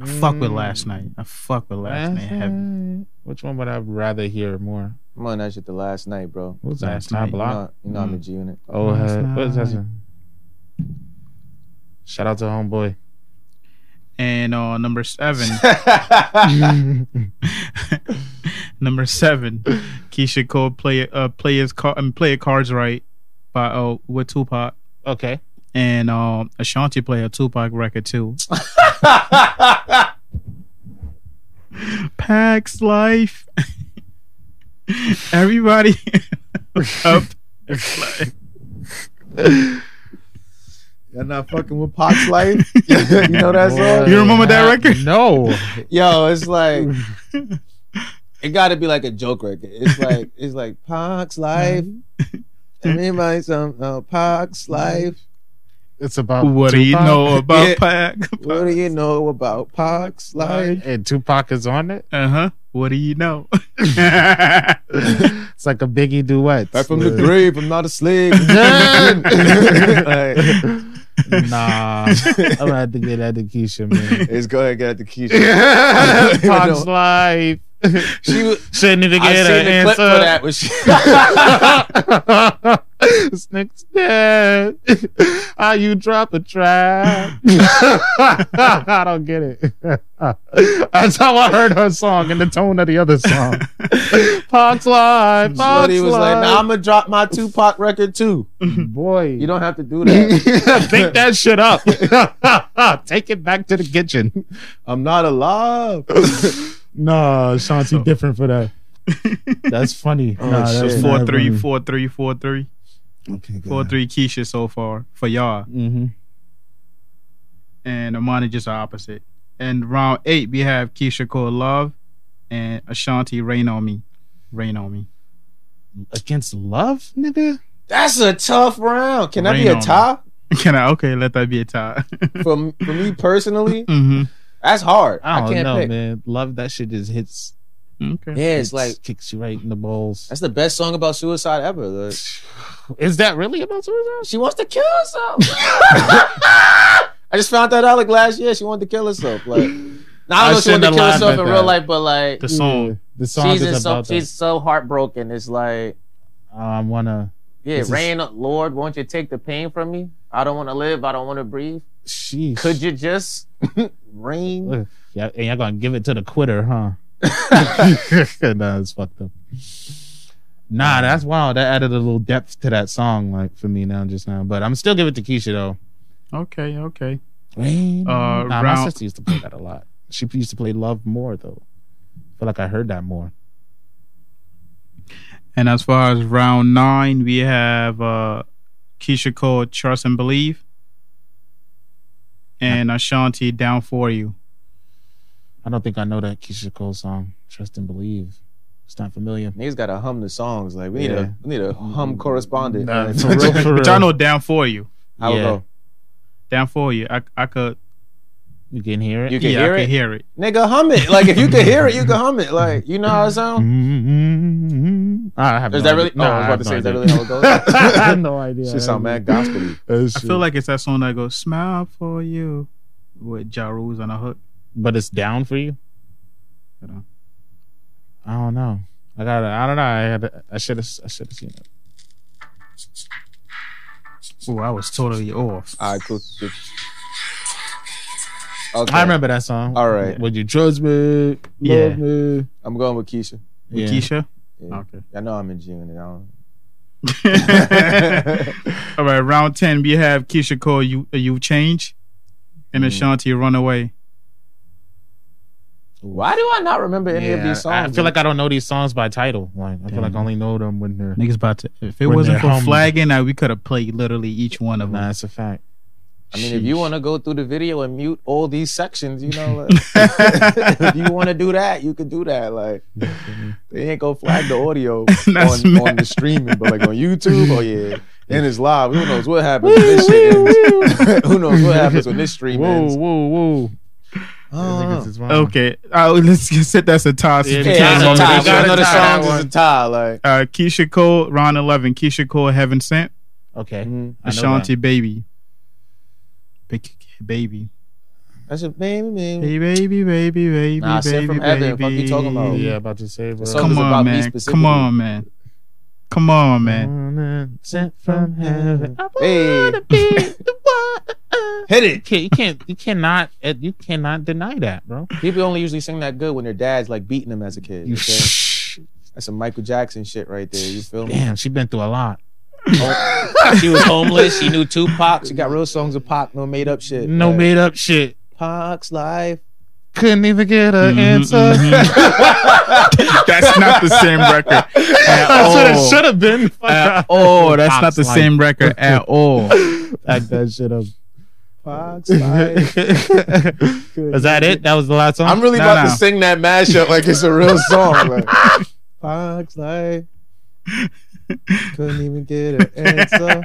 C: I fuck with last night. I fuck with last, night. Heavy.
B: night. Which one would I rather hear more?
A: I'm on that shit the last night, bro.
B: What was
C: Last
B: that? Not
C: Night.
A: You
B: block.
A: know, you know I'm a G unit.
B: Oh,
C: Last
B: uh, what is that?
C: night.
B: song? Shout out to homeboy.
C: And uh, number seven,
B: That's
C: number seven, Keisha Cole play uh players car um, player cards right by uh with Tupac
B: okay.
C: and uh, Ashanti play a Tupac record too.
B: Oh,
C: Pax life. Everybody up.
A: Y'all not fucking with Pac's life. you know that song?
C: You remember that record?
B: No.
A: Yo, it's like it got to be like a joke record. It's like it's like Pac's life. And anybody some uh, Pac's life.
B: It's about
C: What do you
B: Tupac.
C: know about
A: Yeah.
C: Pac?
A: What do you know about Pac's life?
B: And Tupac is on it.
C: Uh huh. What do you know?
B: it's like a Biggie duet.
A: Back from the grave, I'm not a slave. Like,
B: nah, I'm gonna have to get that to Keisha, man.
A: it's going to get the Keisha.
B: Pac's life.
A: She was.
B: Shouldn't even
A: I
B: get
A: seen
B: an
A: the
B: answer.
A: clip for that. Was she?
B: this nigga's dead. How you drop a trap? I don't get it. That's how I heard her song and the tone of the other song. Parks live.
A: But
B: Parks
A: he was like,
B: live.
A: nah, I'm gonna drop my Tupac record too.
B: boy.
A: You don't have to do that.
B: Think that shit up. Take it back to the kitchen.
A: I'm not alive.
B: Nah, Shanti different for that. That's funny.
A: Oh,
B: nah,
A: shit.
B: that's
A: It's
C: four three, four three, four three,
B: Okay,
C: four three. Keisha so far for y'all,
B: Mm-hmm.
C: and Amani just the opposite. And round eight, we have Keisha Cole Love and Ashanti Rain on Me, Rain on Me.
B: Against love, nigga.
A: That's a tough round. Can that be
C: Rain
A: a
C: on
A: tie?
C: Can I? Okay, let that be a tie.
A: For, m- for me personally,
C: hmm
A: that's hard.
B: I
A: I,
B: don't
A: can't
B: know,
A: pick.
B: man. Love that shit just hits.
C: Okay.
A: Yeah, it's
B: hits,
A: like
B: kicks you right in the balls.
A: that's the best song about suicide ever. Like,
B: Is that really about suicide?
A: she wants to kill herself. I just found that out like last year. She wanted to kill herself. Like, now I
B: I
A: don't know if she wanted to
B: shouldn't
A: kill
B: laugh
A: herself
B: at
A: in
B: that.
A: real life, but like,
C: The song.
B: Yeah, the song
A: she's in
B: is
A: so
B: about
A: she's
B: that.
A: so heartbroken. It's like,
B: I wanna.
A: yeah,
B: This is-
A: rain, Lord, won't you take the pain from me? I don't want to live. I don't want to breathe.
B: Sheesh.
A: Could you just rain?
B: Ugh. Yeah, and y'all gonna give it to the quitter, huh? nah, it's fucked up. Nah, that's wild. That added a little depth to that song, like for me now, just now. But I'm still give it to Keisha though.
C: Okay. Okay.
B: nah, my
C: round-
B: sister used to play that a lot. She used to play Love more though. I feel like I heard that more.
C: And as far as round nine, we have uh, Keisha Cole Trust and Believe, and Ashanti down for you.
B: I don't think I know that Keisha Cole song. Trust and believe. It's not familiar.
A: Niggas gotta hum the songs. Like we need
B: Yeah.
A: a we need a hum correspondent.
B: Nah,
A: man.
B: for real, for
C: But
B: real.
C: y'all know down for you.
A: I would
B: yeah.
A: go.
C: Down for you. I I could
B: You can hear it.
A: You can
C: yeah,
A: hear
C: I
A: it,
C: could hear it.
A: nigga. Hum it. Like if you could hear it, you could hum it. Like you know how it sounds.
B: Mm-hmm. I have
A: Is
B: no
A: that really?
B: idea.
A: No, I was
B: have
A: about to say, is that
B: idea.
A: really how it
B: I have
A: goes?
B: no idea.
A: Shit sound mad gospely.
B: That's
C: I
B: true.
C: feel like it's that song that goes "Smile for You" with Ja Rule's on the hook.
B: but it's down for you.
C: I don't-
B: I don't know. I got. to I don't know. I had. to- I should have. I should have seen it.
C: Oh, I was totally off.
A: All right, cool. cool. Okay,
B: I remember that song.
A: All right.
B: Would you trust me? Love
C: Yeah.
B: me.
A: I'm going with Keisha.
B: Yeah.
C: Keisha.
A: Yeah.
C: Okay.
A: I know I'm in June and I don't.
C: All right, round ten. We have Keisha Cole. You you change, and
B: Mm.
A: Mhm.
C: Ashanti run away.
A: Why do I not remember any of
B: Yeah,
A: these
B: I-
A: songs?
B: I feel like I don't know these songs by title. Like I feel like I only know them when they're.
C: Niggas about to. If it
B: When
C: wasn't
B: they're
C: for
B: home.
C: flagging, I, we could have played literally each one of
B: Nah,
C: them.
B: that's a fact.
A: I mean, if you
B: Sheesh.
A: want to go through the video and mute all these sections, you know, like, if you want to do that, you could do that. Like, they ain't gonna flag the audio on,
C: That's
A: on
C: mad.
A: the streaming, but like on YouTube, oh yeah, and it's live. Who knows what happens when this shit ends? Who knows what happens when this stream ends?
B: whoa, whoa!
A: Uh,
C: Okay, uh, let's get set. That's a toss.
B: Yeah,
A: Oh. yeah,
B: We
A: it's
B: gotta
A: a tie.
B: tie.
A: We gotta
B: We
A: know the
B: gotta tie
A: songs
B: that
A: is a tie. Like,
C: Uh, Keisha Cole, round eleven. Keisha Cole, heaven sent.
B: Okay.
A: mhm.
B: I know
C: Ashanti, baby. Big baby.
A: that's a baby, baby.
C: Hey, baby, baby, baby,
A: Nah, sent
C: baby,
A: from
C: baby.
A: Evan. Fuck you talking about?
B: that. Oh, Yeah, about to say. Bro.
A: The song
C: Come
A: is
C: on,
A: about me
C: man. Come
A: specifically.
C: on, man. Come on, man.
B: Sent from heaven. I
A: Hey.
B: wanna be the one.
A: Hit it.
B: Okay, you can't. You cannot. uh, You cannot deny that, bro.
A: People only usually sing that good when their dad's like beating them as a kid.
B: You.
A: okay? That's some Michael Jackson shit right there. You feel me?
B: Damn, she been through a lot.
A: She was homeless. She knew Tupac. She got real songs of Pac, no made up shit.
B: No
A: Like,
B: made up shit.
A: Pac's life.
B: Couldn't even get an
C: Mhm,
B: answer.
C: mhm. That's not the same record at
B: That's what it
A: Oh.
C: all.
B: should have been. Fuck
C: Oh. At
B: that.
C: all. That's not
B: Pop's
C: the
B: life.
C: same record at all.
B: Back that shit up.
A: Pac's life.
B: Is that it? That was the last song.
A: I'm really
C: No,
A: about
C: no.
A: to sing that mashup like it's a real song. Like, Pac's life. Couldn't even get an answer.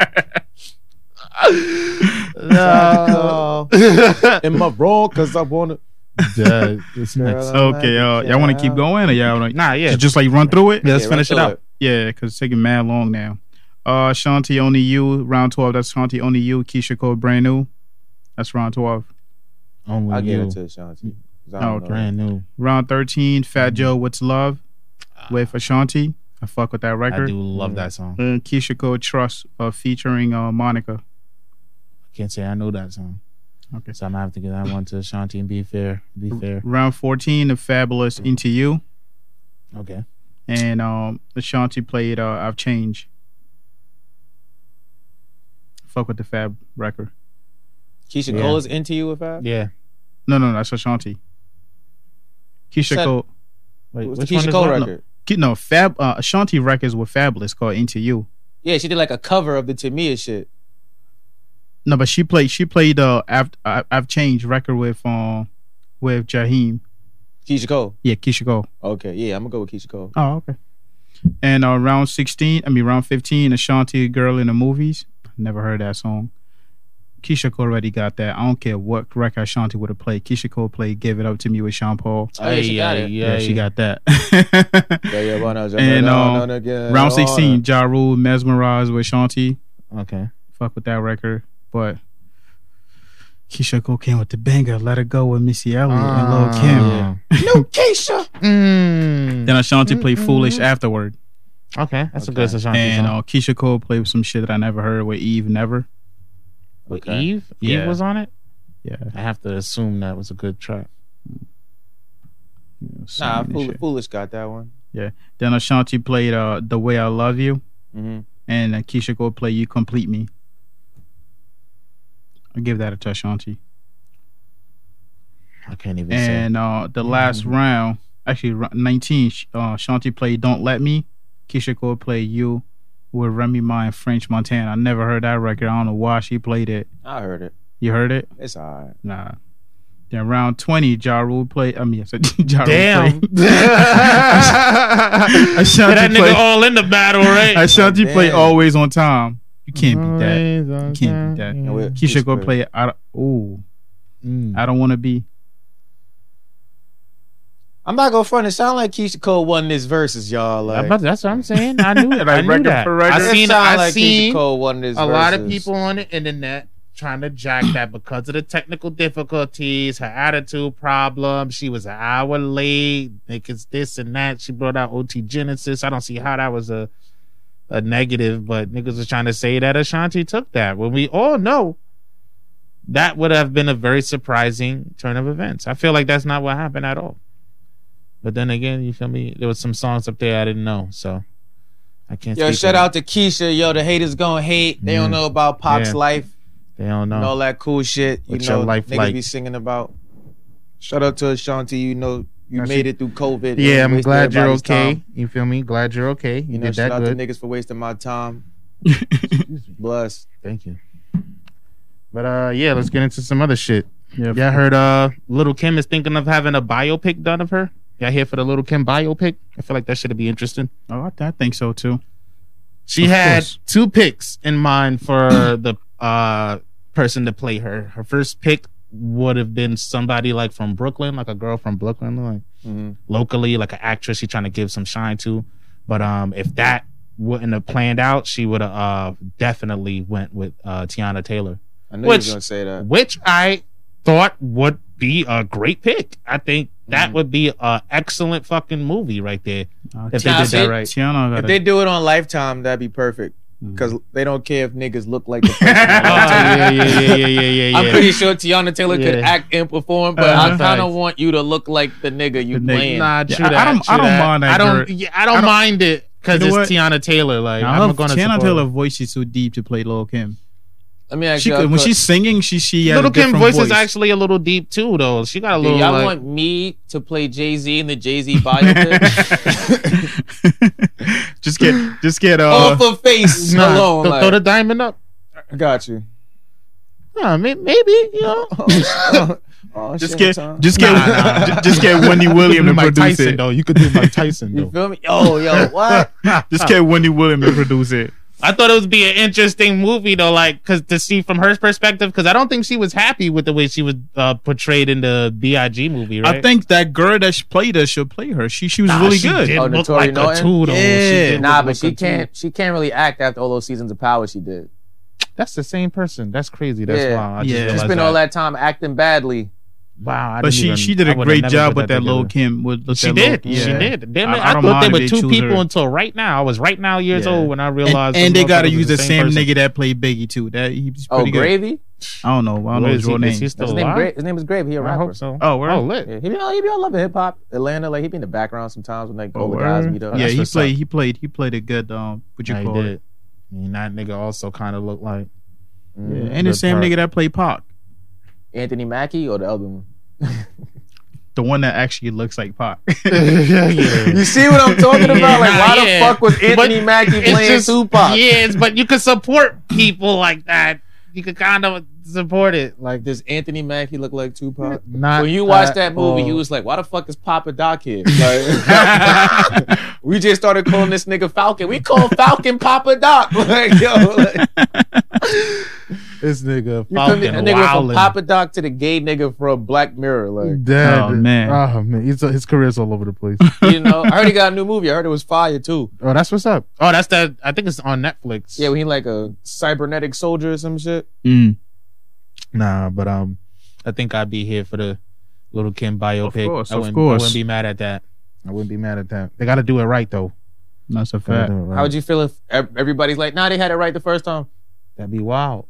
A: No. Am I wrong? Cause I wanna.
B: Dead. It's next.
C: okay, uh, y'all want to keep going or y'all want to
B: Nah, yeah.
C: just like run through it?
B: Yeah, let's
A: Yeah,
B: finish it
A: run
B: up.
A: through
C: Yeah, because it's taking mad long now. Uh, Shanti only you round twelve. That's Shanti only you. Keisha Cole brand new. That's round twelve.
B: Only
A: I'll give
B: you.
A: it to Ashanti. 'cause I
C: Oh,
A: don't know.
B: Brand new.
C: Round thirteen, Fat Joe, What's Love, with Ashanti. Ah. I fuck with that
B: I
C: record.
B: do love that song.
C: Uh, Keisha Cole Trust, uh, featuring uh, Monica.
B: I can't say I know that song.
C: Okay.
B: So I'm gonna have to give that one to Ashanti and be fair. Be fair.
C: Round fourteen, The Fabulous Into You,
B: Okay.
C: and um, Ashanti played uh, I've Changed. Fuck with the Fab record.
A: Keisha
B: Yeah.
A: Cole is into you with that.
B: Yeah.
C: No, no, no, that's Ashanti. Keisha
A: Said-
C: Cole.
B: Wait,
A: It was the
B: which one
A: Keisha
B: is
A: Cole
B: one?
A: record.
C: Ki- No, Fab uh, Ashanti records were fabulous called Into You.
A: Yeah, she did like a cover of the Tamia shit.
C: No, but she played she played uh I've I- I've changed record with um with Jaheim.
A: Keisha Cole.
C: Yeah, Keisha Cole.
A: Okay, yeah, I'm gonna go with Keisha Cole.
C: Oh, okay. And uh, round sixteen, I mean round fifteen, Ashanti Girl in the Movies. Never heard that song. Keisha Cole already got that. I don't care what record Ashanti would have played. Keisha Cole played Give It Up to Me with Sean Paul.
A: Oh, yeah, she got
B: Ay,
A: it.
B: ay,
C: Yeah,
B: ay.
C: she got that.
A: Yeah, yeah, why not?
C: And,
A: Yeah,
C: um,
A: why not again?
C: round
A: Why not?
C: sixteen, Ja Rule Mesmerized with Ashanti.
B: Okay.
C: fuck with that record, but Keisha Cole came with the banger, Let It Go with Missy Elliott and Oh, Lil Kim.
B: Ah.
A: New Keisha.
B: Mm.
C: Then Ashanti played
B: Mm, mm,
C: Foolish afterward.
B: Okay. That's a
A: Okay.
B: good Ashanti
C: and
B: song.
C: uh, Keisha Cole played some shit that I never heard with Eve Never.
B: With
A: okay.
B: Eve?
C: Yeah.
B: Eve was on it?
C: Yeah.
B: I have to assume that was a good track.
C: you know, so
A: Nah,
C: many
A: Fool-
C: shit.
A: Foolish got that one.
C: Then Ashanti played uh, The Way I Love You,
A: Mm-hmm.
C: and uh, Keisha Cole played You Complete Me. I give that to Ashanti.
B: I can't even say.
C: And uh,
B: Mm-hmm.
C: the last round, actually ro- 19, sh- uh, Shanti played Don't Let Me. Keisha Cole played You with Remy Ma and French Montana. I never heard that record. I don't know why she played it.
A: I heard it.
C: You heard it?
A: It's all right.
C: Nah. Then round 20, Ja Rule played. I mean, I said Ja Rule
B: Damn.
C: played.
B: Get that nigga
C: Ashanti played,
B: all in the battle, right?
C: Ashanti
A: Oh,
C: played
A: damn.
C: Always on Time. You can't beat that.
B: You
C: can't beat that.
A: And we-
C: Keisha go play I don't, ooh,
B: Mm.
C: I don't want to be.
A: I'm not gonna front. It sound like Keisha Cole won this versus, y'all. Like,
B: But that's what I'm saying. I knew that. I
C: Like
B: knew
C: record
B: that.
C: for record.
B: I
A: it
B: seen.
A: sound
B: I
A: like Keisha
B: seen
A: Cole won this.
B: a lot of
A: versus.
B: people on the internet trying to jack that because of the technical difficulties, her attitude problem. She was an hour late. Niggas this and that. She brought out OT Genesis. I don't see how that was a a negative, but niggas was trying to say that Ashanti took that. When we all know that would have been a very surprising turn of events. I feel like that's not what happened at all. But then again, you feel me? There was some songs up there I didn't know, so I can't.
A: Yo,
B: speak
A: shout
B: on
A: out to Keisha. Yo, the haters gonna hate. They
B: Yeah.
A: don't know about Pop's
B: Yeah.
A: life
B: it. They don't know.
A: and all that cool shit. You
B: What's
A: know,
B: your life
A: niggas
B: like?
A: be singing about. Shout out to Ashanti. You know, you
B: That's
A: made it through COVID. You
B: Yeah, I'm
A: wasted
B: glad you're
A: everybody's
B: okay.
A: time.
B: You feel me? Glad you're okay. You,
A: You know,
B: did
A: shout
B: that
A: out to
B: good.
A: niggas for wasting my time. Bless.
B: Thank you. But uh, yeah, let's get into some other shit.
C: Yeah,
B: Y'all heard uh, Little Kim is thinking of having a biopic done of her. Y'all here for the Little Kim biopic? I feel like that should be interesting.
C: Oh, I, I think so too.
B: She
C: Of
B: had
C: course.
B: two picks in mind for the uh person to play her. Her first pick would have been somebody like from Brooklyn, like a girl from Brooklyn, like
A: Mhm.
B: locally, like an actress she's trying to give some shine to. But um, if that wouldn't have planned out, she would have uh, definitely went with uh, Tiana Taylor,
A: I knew you
B: Which-
A: was gonna say that.
B: which I thought would be a great pick. I think that
C: Mm.
A: Mhm.
B: would be an excellent fucking movie right there.
C: Uh,
B: If they
A: Nah,
B: did that
A: see,
B: right.
C: Tiana mm. got
A: If they do it on Lifetime, that'd be perfect. Cause they don't care if niggas look like the person.
B: Oh, yeah, yeah, yeah, yeah, yeah, yeah.
A: I'm pretty sure Tiana Taylor could
B: Yeah.
A: act and perform, but
C: Uh-huh.
A: I kind
B: Facts.
A: of want you to look like the nigga you
C: The nigga.
A: playing.
B: Nah, true
C: Yeah, I- I
B: that,
C: don't-
B: true
C: I don't
B: that.
C: mind that
B: I don't.
C: girl.
B: Yeah, I don't,
C: I don't-
B: mind it because
C: You know
B: it's
C: what?
B: Tiana Taylor. Like
C: I
B: I'm
C: love
B: gonna
C: Tiana
B: support
C: Taylor
B: her.
C: voice is too deep to play Lil Kim.
A: Let me ask
C: She
A: y'all.
C: could, when
A: a
C: she's singing, she she has
B: Little
C: a
B: Kim
C: different
B: voice,
C: voice.
B: is actually a little deep too, though. She got a
A: Do
B: little.
A: y'all
B: like,
A: want me to play Jay Z in the Jay Z biopic?
C: just get just get uh
A: Off of face
B: Nah,
A: alone.
B: th-
A: like,
B: throw the diamond up.
A: got you.
B: Nah, may- maybe you know.
A: Oh,
C: just
A: shit,
C: get
A: Tom.
C: just get
B: Nah, nah, nah.
C: ju- just get Wendy Williams to
B: Mike
C: produce
B: Tyson,
C: it.
B: though. You could do Mike Tyson
A: You
B: though.
A: feel me? Yo, yo, what?
C: Just get Wendy Williams to produce it.
B: I thought it would be an interesting movie though, like because to see from her perspective, because I don't think she was happy with the way she was uh, portrayed in the Big movie. Right?
C: I think that girl that sh- played her should play her. She she was
B: Nah,
C: really
B: she
C: good.
B: did
A: Oh,
B: look
A: Notori
B: like a
A: Norton?
B: two though. She
C: Yeah.
B: did
A: Nah,
B: look
A: but
B: like a
A: she
B: two.
A: can't. She can't really act after all those seasons of Power she did.
B: That's the same person. That's crazy. That's
A: Yeah.
B: wow. I just
C: Yeah.
B: realized
C: She
A: Spend all that time acting badly.
B: Wow. I
C: But
B: didn't
C: she
B: even-
C: she did
B: I
C: a
B: would've
C: great
B: never
C: job
B: put
C: with
B: that
C: that Lil
B: together.
C: Kim. With, with
B: She
C: that
B: did.
C: Lil,
B: She
C: yeah.
B: did. Damn it.
C: I- I
B: I,
C: don't
B: thought
C: mind
B: they
C: if
B: were
C: they
B: two
C: choose
B: people
C: her.
B: until right now. I was right now years
C: Yeah.
B: old when I
C: And,
B: realized.
C: and
B: the
C: they gotta
B: motherfucker was
C: use the same,
B: person.
C: nigga that played Biggie too. That he's
A: Oh,
C: pretty good.
A: Gravy.
C: I don't know. I don't know
B: Where
C: his
B: is he?
C: real
B: Is he
C: name.
B: still
A: His name,
B: alive?
A: Gra- his name is Gravy. He a
B: I
A: rapper.
B: hope so.
C: Oh, where?
B: oh lit.
A: Yeah, he be on, he be on Love and Hip Hop Atlanta. Like he be in the background sometimes when like
C: Oh,
A: all the guys
C: word.
A: meet up.
C: yeah,
B: That's
C: he
B: what's
C: played. He played. He played a good. Um, what you
B: Yeah, he
C: call it?
B: did. I mean, that nigga also kind of looked like
C: Yeah.
A: Mm.
C: And the
B: Good
C: same
B: part.
C: nigga that played Pac,
A: Anthony Mackie or the other one.
C: the one that actually looks like Pac.
A: You see what I'm talking about?
B: Yeah,
A: like, why
B: nah,
A: the
B: yeah.
A: fuck was Anthony
B: But
A: Mackie
B: It's
A: playing
B: just-
A: Tupac?
B: Yes, but you could support people like that. You could kind of support it. Like
A: Does Anthony Mackie look like Tupac?
B: not
A: When you watched
B: at
A: that movie,
C: Uh,
B: all.
A: you was like, why the fuck is Papa Doc here? Like, we just started calling this nigga Falcon. We call Falcon Papa Doc. Like, yo, like,
B: this nigga
A: you feel me?
B: fucking
A: That nigga went from
B: wilding.
A: Papa Doc to the gay nigga from Black Mirror. Like,
B: Dead.
C: Oh, man.
B: oh man, He's- his career's all over the place.
A: you know, I heard he got a new movie. I heard it was fire too.
B: oh, that's what's up. Oh, that's that. I think it's on Netflix.
A: Yeah, when he like a cybernetic soldier or some shit.
C: Mm.
B: Nah, but um, I think I'd be here for the little Kim biopic.
C: course,
B: I
C: of
B: wouldn't, I
C: course.
B: wouldn't be mad at that. I wouldn't be mad at that. They got to do it right though.
C: That's a
B: Gotta
C: fact.
B: do it right.
A: How would you feel if ev- everybody's like, nah, they had it right the first time?
B: That'd be wild.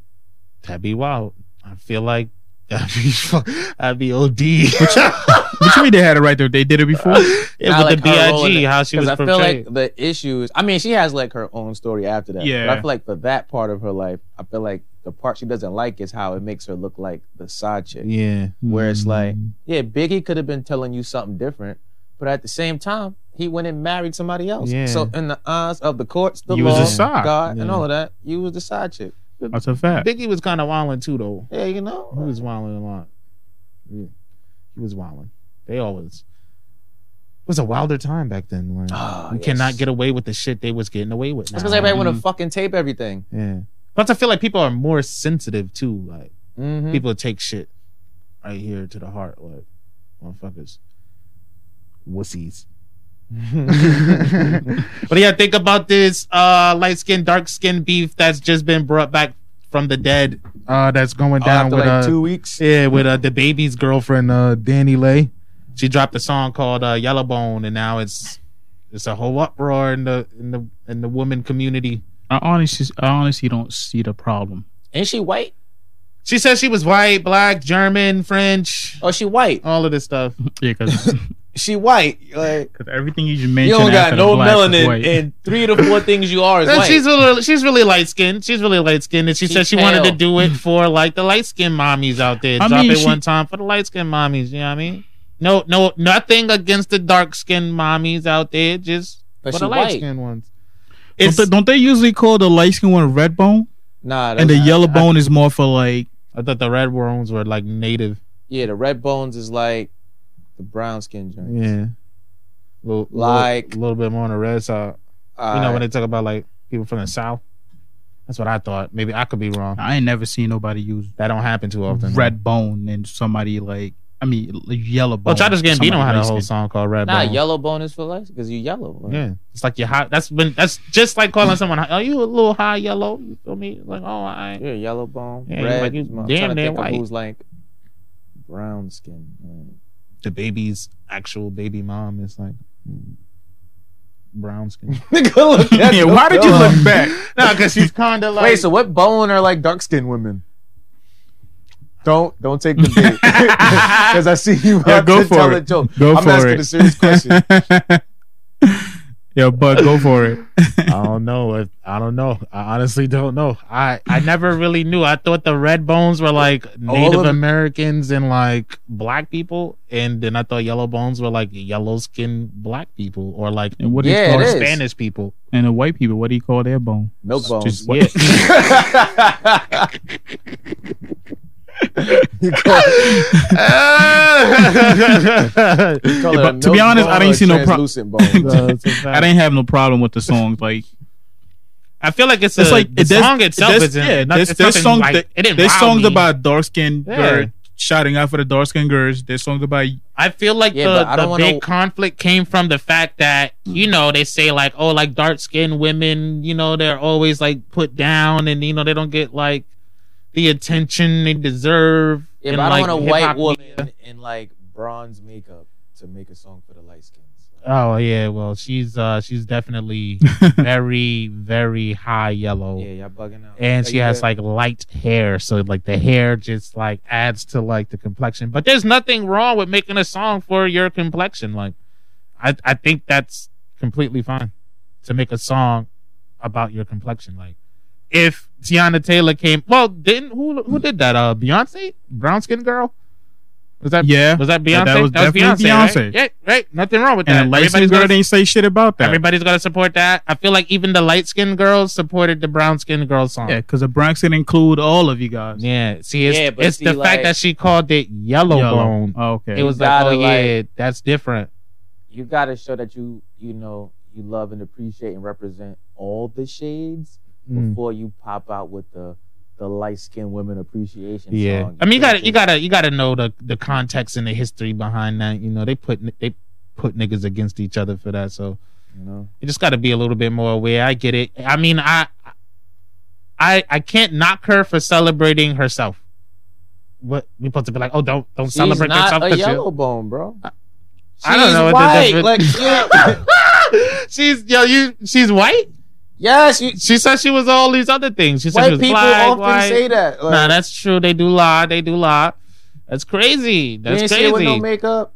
B: That'd be wild. I feel like that'd be fu- that'd be OD.
C: But you mean they had it right there? They did it before.
B: yeah,
A: Not
B: with the
A: like her role in
B: Big,
A: it,
B: how she was
A: Because I feel like
B: portrayed.
A: the issues. I mean, she has like her own story after that.
C: Yeah.
A: But I feel like for that part of her life, I feel like the part she doesn't like is how it makes her look like the side chick. Yeah,
B: yeah,
A: Where it's like-
C: Mm,
A: Biggie could have been telling you something different, but at the same time, he went and married somebody else.
B: Yeah.
A: So in the eyes of the courts, the
C: You
A: law,
C: was a side.
A: God, and
B: Yeah.
A: all of that, you was the side chick.
C: That's a fact.
B: Biggie was kind of wilding too, though. Yeah, you know, he was wilding a lot. Yeah. He was wilding. They always. It was a wilder time back then. Like,
A: Oh,
B: Ah, you
A: yes.
B: cannot get away with the shit they was getting away with.
A: That's
B: now.
A: because everybody want to fucking tape everything.
B: Yeah. Plus, I feel like people are more sensitive too. Like
A: Mhm.
B: people take shit right here to the heart. Like motherfuckers, wussies. but yeah, think about this uh light skin, dark skin beef that's just been brought back from the dead. Uh that's going
A: Oh,
B: down
A: after
B: with
A: like
B: uh,
A: two weeks.
B: yeah, with uh the baby's girlfriend, uh Danny Lay. She dropped a song called uh Yellowbone and now it's it's a whole uproar in the in the in the woman community.
C: I honestly, I honestly don't see the problem.
A: Ain't she white?
B: She says she was white, black, German, French,
A: Oh, she white.
B: all of this stuff.
C: Yeah, because
A: She white. Like
C: everything you just
A: you
C: mentioned,
A: don't got
C: after
A: no
C: the black is
A: melanin,
C: white.
A: and three of the four things you are is
B: And
A: white.
B: she's really, she's really light skinned. She's really light skinned, and she
A: She's
B: said she wanted to
A: pale.
B: do it for like the light skinned mommies out there.
C: I
B: Drop
C: mean,
B: it
C: she-
B: one time for the light skinned mommies. You know what I mean? No, no, nothing against the dark skinned mommies out there. Just
A: but
B: for
A: she
B: the light
A: white.
B: skinned ones.
C: don't,
B: It's,
C: they, don't they usually call the light skin one red bone,
A: Nah,
C: and the
A: that's-
C: yellow bone is more for like
B: I thought the red worms were like native.
A: yeah, the red bones is like the brown skin joint.
B: Yeah, little,
A: Like-
B: a little bit more on the red side.
A: All
B: you know when
A: right.
B: they talk about like people from the south. That's what I thought. Maybe I could be wrong.
C: I ain't never seen nobody use
B: That don't happen too often.
C: red bone and somebody like I mean l- yellow bone.
B: Well, Childish Gambino
C: somebody
B: had a
C: light
B: whole
C: skin.
B: song called Red
A: nah,
B: Bone.
A: yellow bone is for light because you yellow. Like,
B: Yeah, it's like you're hot. That's been that's just like calling someone. Are you a little high yellow? You feel me? Like oh, I
A: you're yellow bone.
B: Yeah, you
A: red.
B: like you
A: I'm
B: damn
A: trying to
B: near
A: think of
B: white.
A: who's like brown skin. like,
B: the baby's actual baby mom is like mm, brown skin.
A: Nigga, look at
C: Yeah,
A: the
C: why did you
A: dog.
C: look back?
B: no, because Um, she's kind of like.
A: Wait, so what bone are like dark skinned women? Don't don't take the bait because I see you
C: Yeah,
A: about
C: go
A: to
C: for
A: tell
C: it.
A: a joke.
C: Go
A: I'm
C: for
A: asking
C: it.
A: a serious question.
C: yeah, but go for it.
B: I don't know. If, I don't know. I honestly don't know. I I never really knew. I thought the red bones were like
A: All
B: Native
A: of them.
B: Americans and like black people, and then I thought yellow bones were like yellow skinned black people or like
C: And what do
A: Yeah,
C: you
A: it
C: call
A: is.
B: Spanish people.
C: And the white people, what do you call their bone?
A: Milk bones.
C: Just
B: Yeah.
C: what?
A: you call, you call
C: Yeah,
A: it
C: but
A: a
C: to be
A: milk
C: honest,
A: bone
C: I didn't
A: or a
C: see no pro-
A: translucent bone.
C: I didn't have no problem with the songs. Like
B: I feel like it's,
C: It's
B: a,
C: like-
B: the
C: it- there's-
B: song itself
C: there's-
B: isn't.
C: yeah,
B: not-
C: there's-
B: it's
C: there's
B: nothing
C: songs
B: like-
C: that-
B: it didn't
C: there's
B: wow
C: songs
B: me.
C: about dark skinned
B: Yeah.
C: girls shouting out for the dark skinned girls. There's songs about
B: I feel like
A: Yeah,
B: the,
A: but I
B: the
A: don't wanna-
B: big conflict came from the fact that you know they say like oh like dark skinned women you know they're always like put down and you know they don't get like the attention they deserve.
A: Yeah,
B: in,
A: but I
B: like,
A: don't want a
B: hip-hop
A: white woman
B: media.
A: in like bronze makeup to make a song for the light skins.
B: Oh yeah, well she's uh she's definitely very very high yellow.
A: Yeah, y'all bugging out.
B: Oh. and
A: Are
B: she
A: you
B: has
A: good?
B: like light hair so like the hair just like adds to like the complexion but there's nothing wrong with making a song for your complexion like i i think that's completely fine to make a song about your complexion like if tiana taylor came well didn't who who did that uh beyonce brown skin girl was that
C: yeah.
B: was that beyonce
C: Yeah, that was definitely
B: right?
C: Beyonce.
B: yeah right nothing wrong with that
C: And the light skinned
B: Everybody's
C: girl
B: gonna-
C: didn't say shit about that.
B: Everybody's gonna support that. I feel like even the light skinned girls supported the brown skinned girl song.
C: Yeah, because the Bronx didn't include all of you guys.
B: Yeah, see, it's,
A: Yeah, but
B: it's
A: see,
B: the
A: like-
B: fact that she called it yellow,
C: Yellow.
B: bone.
C: Oh, okay.
B: It was
A: You
B: like,
A: gotta,
B: oh yeah,
A: like-
B: that's different.
A: you gotta show that you you know you love and appreciate and represent all the shades
B: Mm.
A: before you pop out with the the light skinned women appreciation
B: Yeah,
A: song.
B: I mean, you
A: can't
B: gotta, you
A: just-
B: gotta, you gotta know the the context and the history behind that. You know, they put ni- they put niggas against each other for that, so
A: you know.
B: you just gotta be a little bit more aware. I get it. I mean, I, I, I can't knock her for celebrating herself. What we supposed to be like? Oh, don't don't
A: She's
B: celebrate
A: not
B: yourself.
A: a
B: 'cause you-
A: yellow bone, bro.
B: I don't
A: She's
B: know what the
A: White.
B: difference-
A: Like, yeah.
B: she's yo, you. She's white.
A: yes, you,
B: She said she was all these other things. She said she
A: white
B: was
A: people
B: black,
A: often
B: white.
A: say that. Like,
B: nah, that's true. They do lie. They do lie. That's crazy.
A: you ain't
B: That's
A: see her with
B: crazy.
A: no makeup.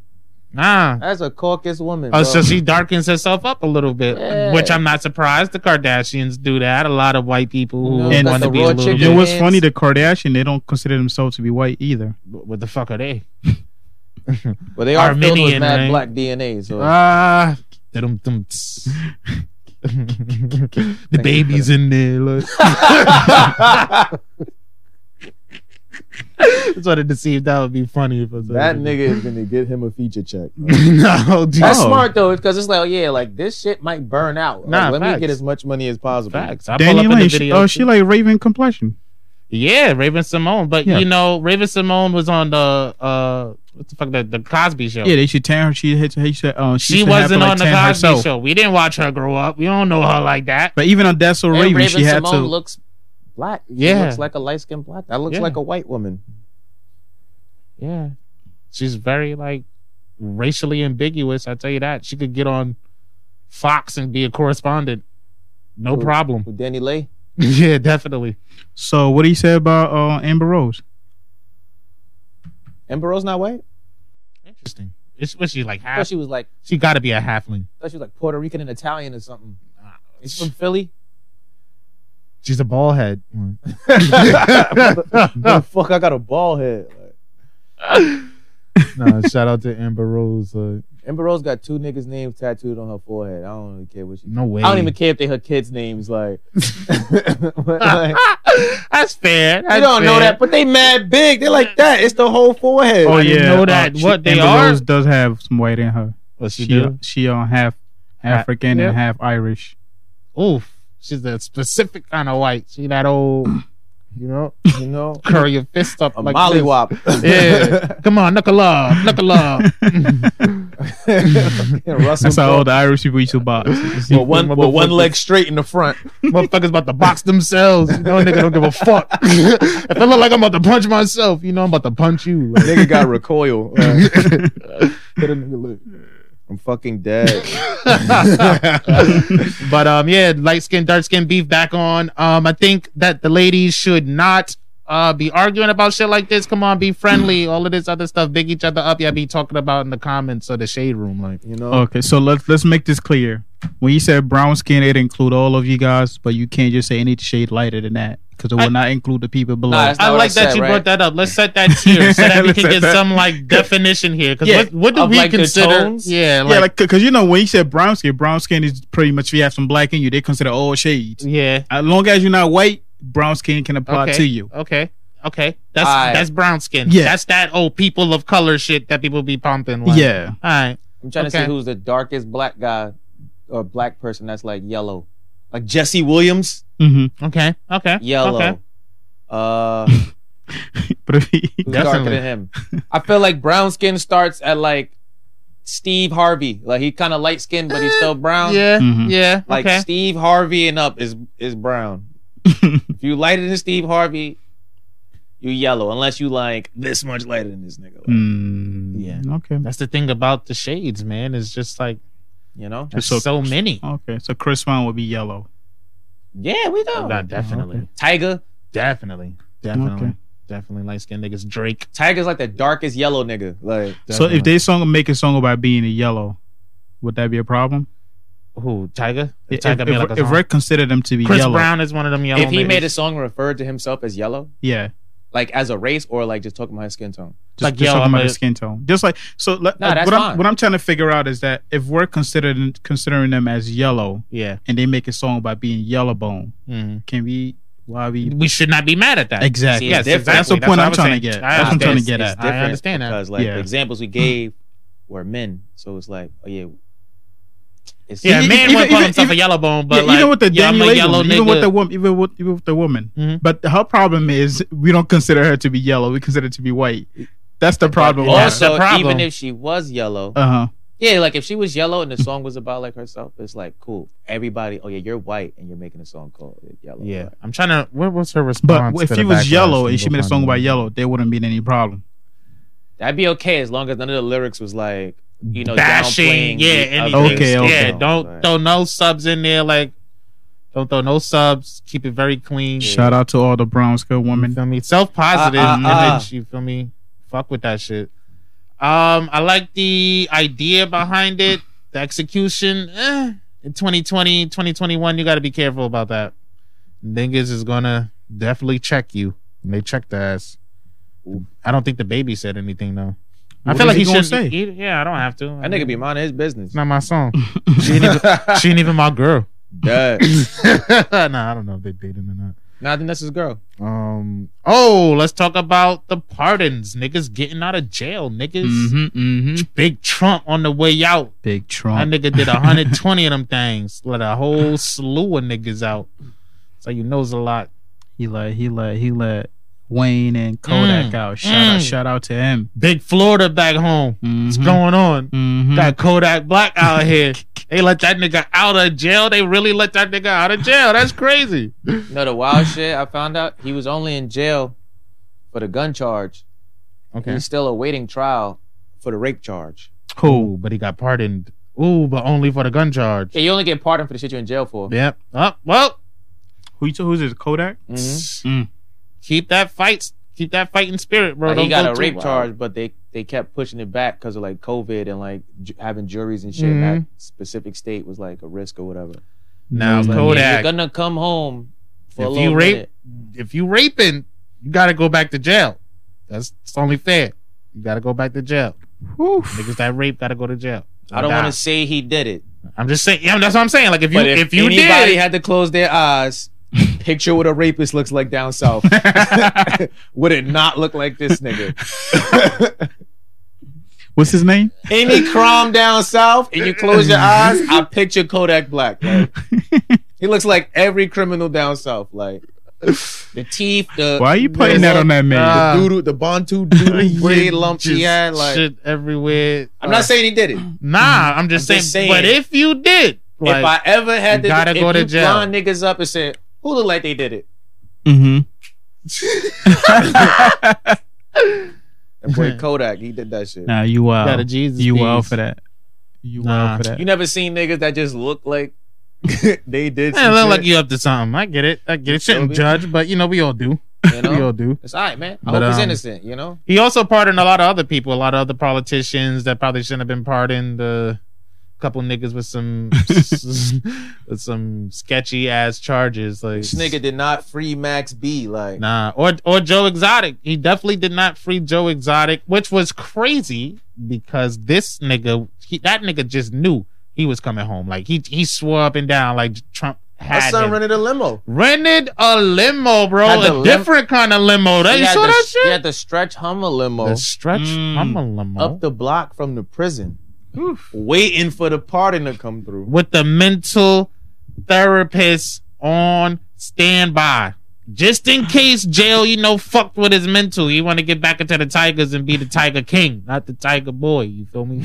B: nah.
A: That's a caucus woman. bro.
B: Oh, so she darkens herself up a little bit,
A: Yeah.
B: which I'm not surprised. The Kardashians do that. A lot of white people who
A: No,
C: And
B: want
C: that's
B: to
C: a
B: be a
A: raw
B: little
A: chicken.
C: You know
B: bit.
C: what's
A: Yes.
C: funny? The Kardashian, they don't consider themselves to be white either.
B: What the fuck are they?
A: but they are filled with
B: Armenian,
A: mad
B: right?
A: black DNA. So
B: Ah. dum-dum-ts. the baby's in there. Look. That's what it deceived. That would be funny if it was
A: That nigga is gonna get him a feature check. bro.
B: no, dude.
A: That's
C: Oh.
B: No.
A: smart though, because it's like, oh, yeah, like this shit might burn out. Like,
B: Nah,
A: let me
B: facts.
A: get as much money as possible.
B: Facts. I pull up
C: Danny
B: in the
C: Lane. She,
B: video.
C: oh, she like Raven complexion.
B: yeah, Raven Simone. But
C: Yeah.
B: you know, Raven Simone was on the uh, what the fuck, the, the Cosby Show.
C: Yeah, they should tan her. She hit. She said, uh, she,
B: she
C: should have
B: wasn't
C: to, like,
B: on the
C: tan
B: Cosby
C: herself.
B: Show. We didn't watch her grow up. We don't know her like that.
C: But even on That's So
A: And
C: Raven,
A: Raven,
C: she had
A: Simone
C: to.
A: looks black. She
B: Yeah.
A: looks like a light skinned black. That looks
B: Yeah.
A: like a white woman.
B: Yeah, she's very like racially ambiguous. I tell you that. She could get on Fox and be a correspondent, no
A: Cool.
B: problem.
A: Who Danny Lay?
B: yeah, definitely.
C: so what do you say about uh, Amber Rose?
A: Amber Rose not white?
B: Interesting. It's what she like
A: I thought
B: half.
A: she was like
B: She got to be a halfling.
A: I thought she was like Puerto Rican and Italian or something. Is she from Philly?
B: She's a ball head.
A: The fuck, I got a bald head. Like,
B: no, shout out to Amber Rose. Like,
A: Amber Rose got two niggas' names tattooed on her forehead. I don't really care what she.
B: no way.
A: I don't even care if they her kids' names. Like, But, like,
B: That's fair.
A: you
B: That's
A: don't know
B: fair.
A: that, but they mad big. They like that. It's the whole forehead.
B: Oh, I didn't know that. What, they
C: Amber
B: are?
C: Rose does have some white in her.
B: What she,
C: She uh,
B: do?
C: she on half African
B: yeah.
C: and half Irish.
B: Oof. She's a specific kind of white. She that old, you know,
A: You know,
B: curl your fist up
A: a
B: like this.
A: mollywop.
B: Yeah. Come on, knuckle up, knuckle up. Oh.
A: Russell
C: That's how
A: Crowe.
C: all the Irish people used to box.
A: With one, with one leg straight in the front.
B: Motherfuckers about to box themselves. You know, nigga don't give a fuck. if I look like I'm about to punch myself, you know I'm about to punch you. Like,
A: Nigga got recoil. Uh, hit a nigga lip. I'm fucking dead.
B: but um, yeah, light skin, dark skin beef back on. Um, I think that the ladies should not uh be arguing about shit like this. Come on, be friendly. All of this other stuff, big each other up. Y'all be talking about in the comments or the shade room, like.
A: You know,
C: Okay, so let's let's make this clear. When you said brown skin, it include all of you guys, but you can't just say any shade lighter than that because it will
B: I-
C: not include the people below.
A: Nah, it's not
B: I
A: what
B: like that
A: said,
B: you
A: right?
B: brought that up. Let's set that tier so that we
C: Let's
B: can
C: set
B: get
C: that.
B: some like definition here. Because
A: Yeah,
B: what, what do
A: of,
B: we
A: like, the
B: consider?
A: tones?
B: Yeah, like,
C: yeah, like because you know when you said brown skin, brown skin is pretty much if you have some black in you, they consider all shades.
B: yeah.
C: As long as you're not white, brown skin can apply
B: Okay.
C: to you.
B: Okay, okay. That's
A: Alright.
B: that's brown skin.
C: Yeah.
B: that's that old people of color shit that people be pumping. Like.
C: Yeah,
B: All right.
A: I'm trying to
B: Okay.
A: see who's the darkest black guy or black person that's like yellow, like Jesse Williams,
C: hmm
B: Okay. Okay.
A: yellow.
B: Okay.
A: Uh,
C: but if he,
A: who's darker
B: Definitely.
A: than him? I feel like brown skin starts at like Steve Harvey. Like he kind of light skinned, but he's still brown.
B: Yeah.
C: Mhm.
B: Yeah.
A: Mm-hmm. Like
B: okay.
A: Steve Harvey and up is is brown. if you lighter than Steve Harvey, you yellow. Unless you like this much lighter than this nigga.
C: Mm,
A: Yeah.
C: okay,
B: That's the thing about the shades, man. It's just like
A: You know?
B: there's
C: so-
B: so,
C: Oh,
B: many.
C: okay. So Chris Brown would be yellow.
A: Yeah, we know.
B: Oh, Nah, definitely.
C: Okay.
A: Tiger.
B: Definitely. Definitely.
C: Okay.
B: Definitely light skinned niggas. Drake.
A: Tiger's like the darkest yellow nigga. Like
C: So if
B: Definitely.
C: they song make a song about being a yellow, would that be a problem?
B: who Tiger,
C: If,
B: Tiger
C: if,
B: made like a
C: if
B: song.
C: Rick considered them to be
B: Chris
C: yellow,
B: Brown is one of them yellow.
A: if he made a
B: niggas.
A: song and referred to himself as yellow,
C: yeah,
A: like as a race or like just talking about his skin tone.
C: just,
B: Like,
C: just
B: yo,
C: talking
B: I'm
C: about
B: a-
C: the skin tone, just like so. Let,
A: Nah, that's
C: what
A: fine.
C: I'm what I'm trying to figure out is that if we're considering considering them as yellow
B: yeah,
C: and they make a song about being yellow bone,
B: Mhm.
C: can we? Why we?
B: we should not be mad at that.
C: Exactly.
A: See, it's
B: Yes,
A: different.
B: exactly.
C: That's the point
B: what
C: I'm
B: I was
C: trying to
B: saying. Ah, I
C: get. That's what I'm trying to get
B: understand.
C: at.
A: It's different
B: I understand that.
A: because like
C: Yeah.
A: the examples we gave were men, so it's like, oh yeah, it's
B: Yeah,
C: Even-
B: man
C: even-
B: wouldn't call
C: even-
B: himself a
C: even-
B: yellow bone, but
C: Yeah,
B: like,
C: even with the
B: yeah, I'm
C: Danny
B: a
C: Lay
B: yellow
C: one, even with
B: nigga.
C: the woman, even with even with the woman.
B: Mhm.
C: But her problem is we don't consider her to be yellow. We consider her to be white. That's the problem.
B: Yeah. That's
A: also
B: the problem.
A: even if she was yellow,
C: uh huh.
A: yeah, like if she was yellow and the song was about like herself, it's like cool. Everybody, oh yeah, you're white and you're making a song called uh, Yellow.
B: Yeah, I'm trying to. What was her response?
C: But
B: to
C: if
B: the
C: he was
B: backlash?
C: yellow
B: Let me
C: and she
B: go
C: made a
B: find
C: song
B: it.
C: about yellow, there wouldn't be any problem.
A: that'd be okay as long as none of the lyrics was like you know
B: bashing,
A: downplaying
B: yeah,
A: the
B: anything.
A: other
C: Okay,
A: skin
C: okay.
B: yeah.
A: tone.
B: Don't
A: Like,
B: throw no subs in there. Like, don't throw no subs. Keep it very clean.
A: Yeah.
C: Shout out to all the brown skinned
B: You
C: women.
B: feel me? Self positive
A: Uh, uh, uh.
B: image. You feel me? Fuck with that shit. Um, I like the idea behind it. The execution. Eh, in 2020, 2021, you got to be careful about that. Niggas is gonna definitely check you. And they check the ass.
A: Ooh.
B: I don't think the baby said anything though. I
C: What
B: feel
C: is
B: like
C: he
B: he,
C: gonna
B: should
C: say?
B: yeah, I don't have to.
A: that nigga be minding his business.
B: It's not my song. she, ain't even, she ain't even my girl.
A: Dead.
B: nah, I don't know if they dating or not.
A: nah, I think that's his girl.
B: Um. Oh, let's talk about the pardons. Niggas getting out of jail. Niggas.
C: Mm-hmm, Oh. mm-hmm.
B: Big Trump on the way out.
C: Big
B: That
C: Trump.
B: nigga did 120 of them things. Let a whole slew of niggas out. So you knows a lot.
C: He let he let he let Wayne and Kodak
B: Mm,
C: out. Shout out
B: mm.
C: shout out to him.
B: Big Florida back home. What's going on?
C: Mm-hmm.
B: Got Kodak Black out here. They let that nigga out of jail. They really let that nigga out of jail. That's crazy.
A: You know the wild shit I found out? He was only in jail for the gun charge.
B: Okay.
A: He's still awaiting trial for the rape charge.
B: Cool, but he got pardoned. Ooh, but only for the gun charge.
A: Yeah, you only get pardoned for the shit you're in jail for.
C: Yep.
B: Oh, well,
C: Who you t- who's this? Kodak?
A: Mhm.
B: Mm-hmm.
C: Mm.
B: keep that fight. Keep that fighting spirit, bro.
A: Like,
B: Don't
A: he got
B: go
A: a
B: too
A: rape
B: wild.
A: charge, but they they kept pushing it back because of like COVID and like ju- having juries and shit. And that
B: Mm-hmm.
A: specific state was like a risk or whatever.
B: Now,
C: Yeah, you're
A: Yeah,
B: Kodak,
A: you're gonna come home for a
B: if
A: little
B: you rape,
A: minute.
B: if you raping, you gotta go back to jail. That's it's only fair. You gotta go back to jail. Niggas that rape gotta go to jail.
A: I don't
B: Nah.
A: want to say he did it,
B: I'm just saying. Yeah, that's what I'm saying. Like if you
A: but
B: if,
A: if,
B: you
A: anybody
B: did,
A: had to close their eyes, picture what a rapist looks like down south. Would it not look like this nigga?
C: What's his name?
A: Any crime down south, and you close your
B: Mm-hmm.
A: eyes, I picture Kodak Black. Like, he looks like every criminal down south. Like the teeth,
B: Uh,
A: the
C: Why are you putting
A: the
C: that on that man?
B: Nah.
A: The doodle, the bantu doodle, gray lumps
B: Ah. just
A: he had. Like,
B: shit everywhere.
A: I'm not saying he did it.
B: nah. I'm just,
A: I'm
B: saying,
A: just
B: But
A: saying.
B: if you did, like,
A: if I ever had
B: you
A: to,
B: gotta
A: if
B: go to
A: you
B: jail.
A: blind niggas up and said, "Who look like they did it?"
C: Mm-hmm.
A: That boy Kodak, he did that shit.
C: nah, you
B: got a
C: wild.
B: Jesus,
C: You wild
B: piece.
C: for that. You
B: Nah.
C: wild for that.
A: You never seen niggas that just look like they did.
B: Man,
A: Some
B: it look like
A: shit,
B: you up to something. I get it. I get it. Shouldn't
A: Toby?
B: judge, but you know we all do.
A: you,
B: We
A: know.
B: all do.
A: It's all right, man. I
B: But,
A: hope he's
B: um,
A: innocent. You know,
B: He also pardoned a lot of other people, a lot of other politicians that probably shouldn't have been pardoned. A couple niggas with some with some sketchy ass charges, like
A: this nigga did not free Max B. Like,
B: Nah, or or Joe Exotic. He definitely did not free Joe Exotic, which was crazy because this nigga, he, that nigga just knew he was coming home. Like he he swore up and down like Trump
A: my
B: had
A: son
B: him.
A: rented a limo.
B: rented a limo, bro,
A: Had
B: a
A: the lim-
B: different kind of limo. That,
A: He
B: you
A: had
B: saw
A: the,
B: that
A: He
B: shit?
A: had the stretch Hummer limo
B: The stretch
C: Mm.
B: Hummer limo
A: up the block from the prison, waiting for the pardon to come through.
B: with the mental therapist on standby. Just in case jail, you know, fucked with his mental. You want to get back into the Tigers and be the Tiger King, not the Tiger Boy. You feel me?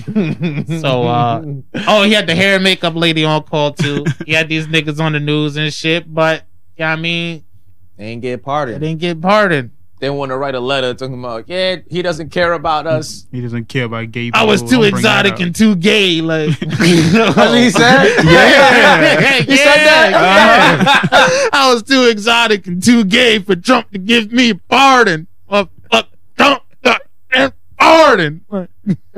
B: So, uh, oh, he had the hair and makeup lady on call too. He had these niggas on the news and shit, but yeah, I mean,
A: they ain't get
B: they
A: pardoned.
B: didn't get pardoned.
A: They want to write a letter talking about, yeah, he doesn't care about us.
C: He doesn't care about gay people.
B: I was too
C: Don't bring that
B: exotic
C: up.
B: and too gay. Like,
A: That's what he said.
B: yeah,
A: He said
B: yeah.
A: that.
B: I was too exotic and too gay for Trump to give me a pardon. Well, fuck Trump got that pardon.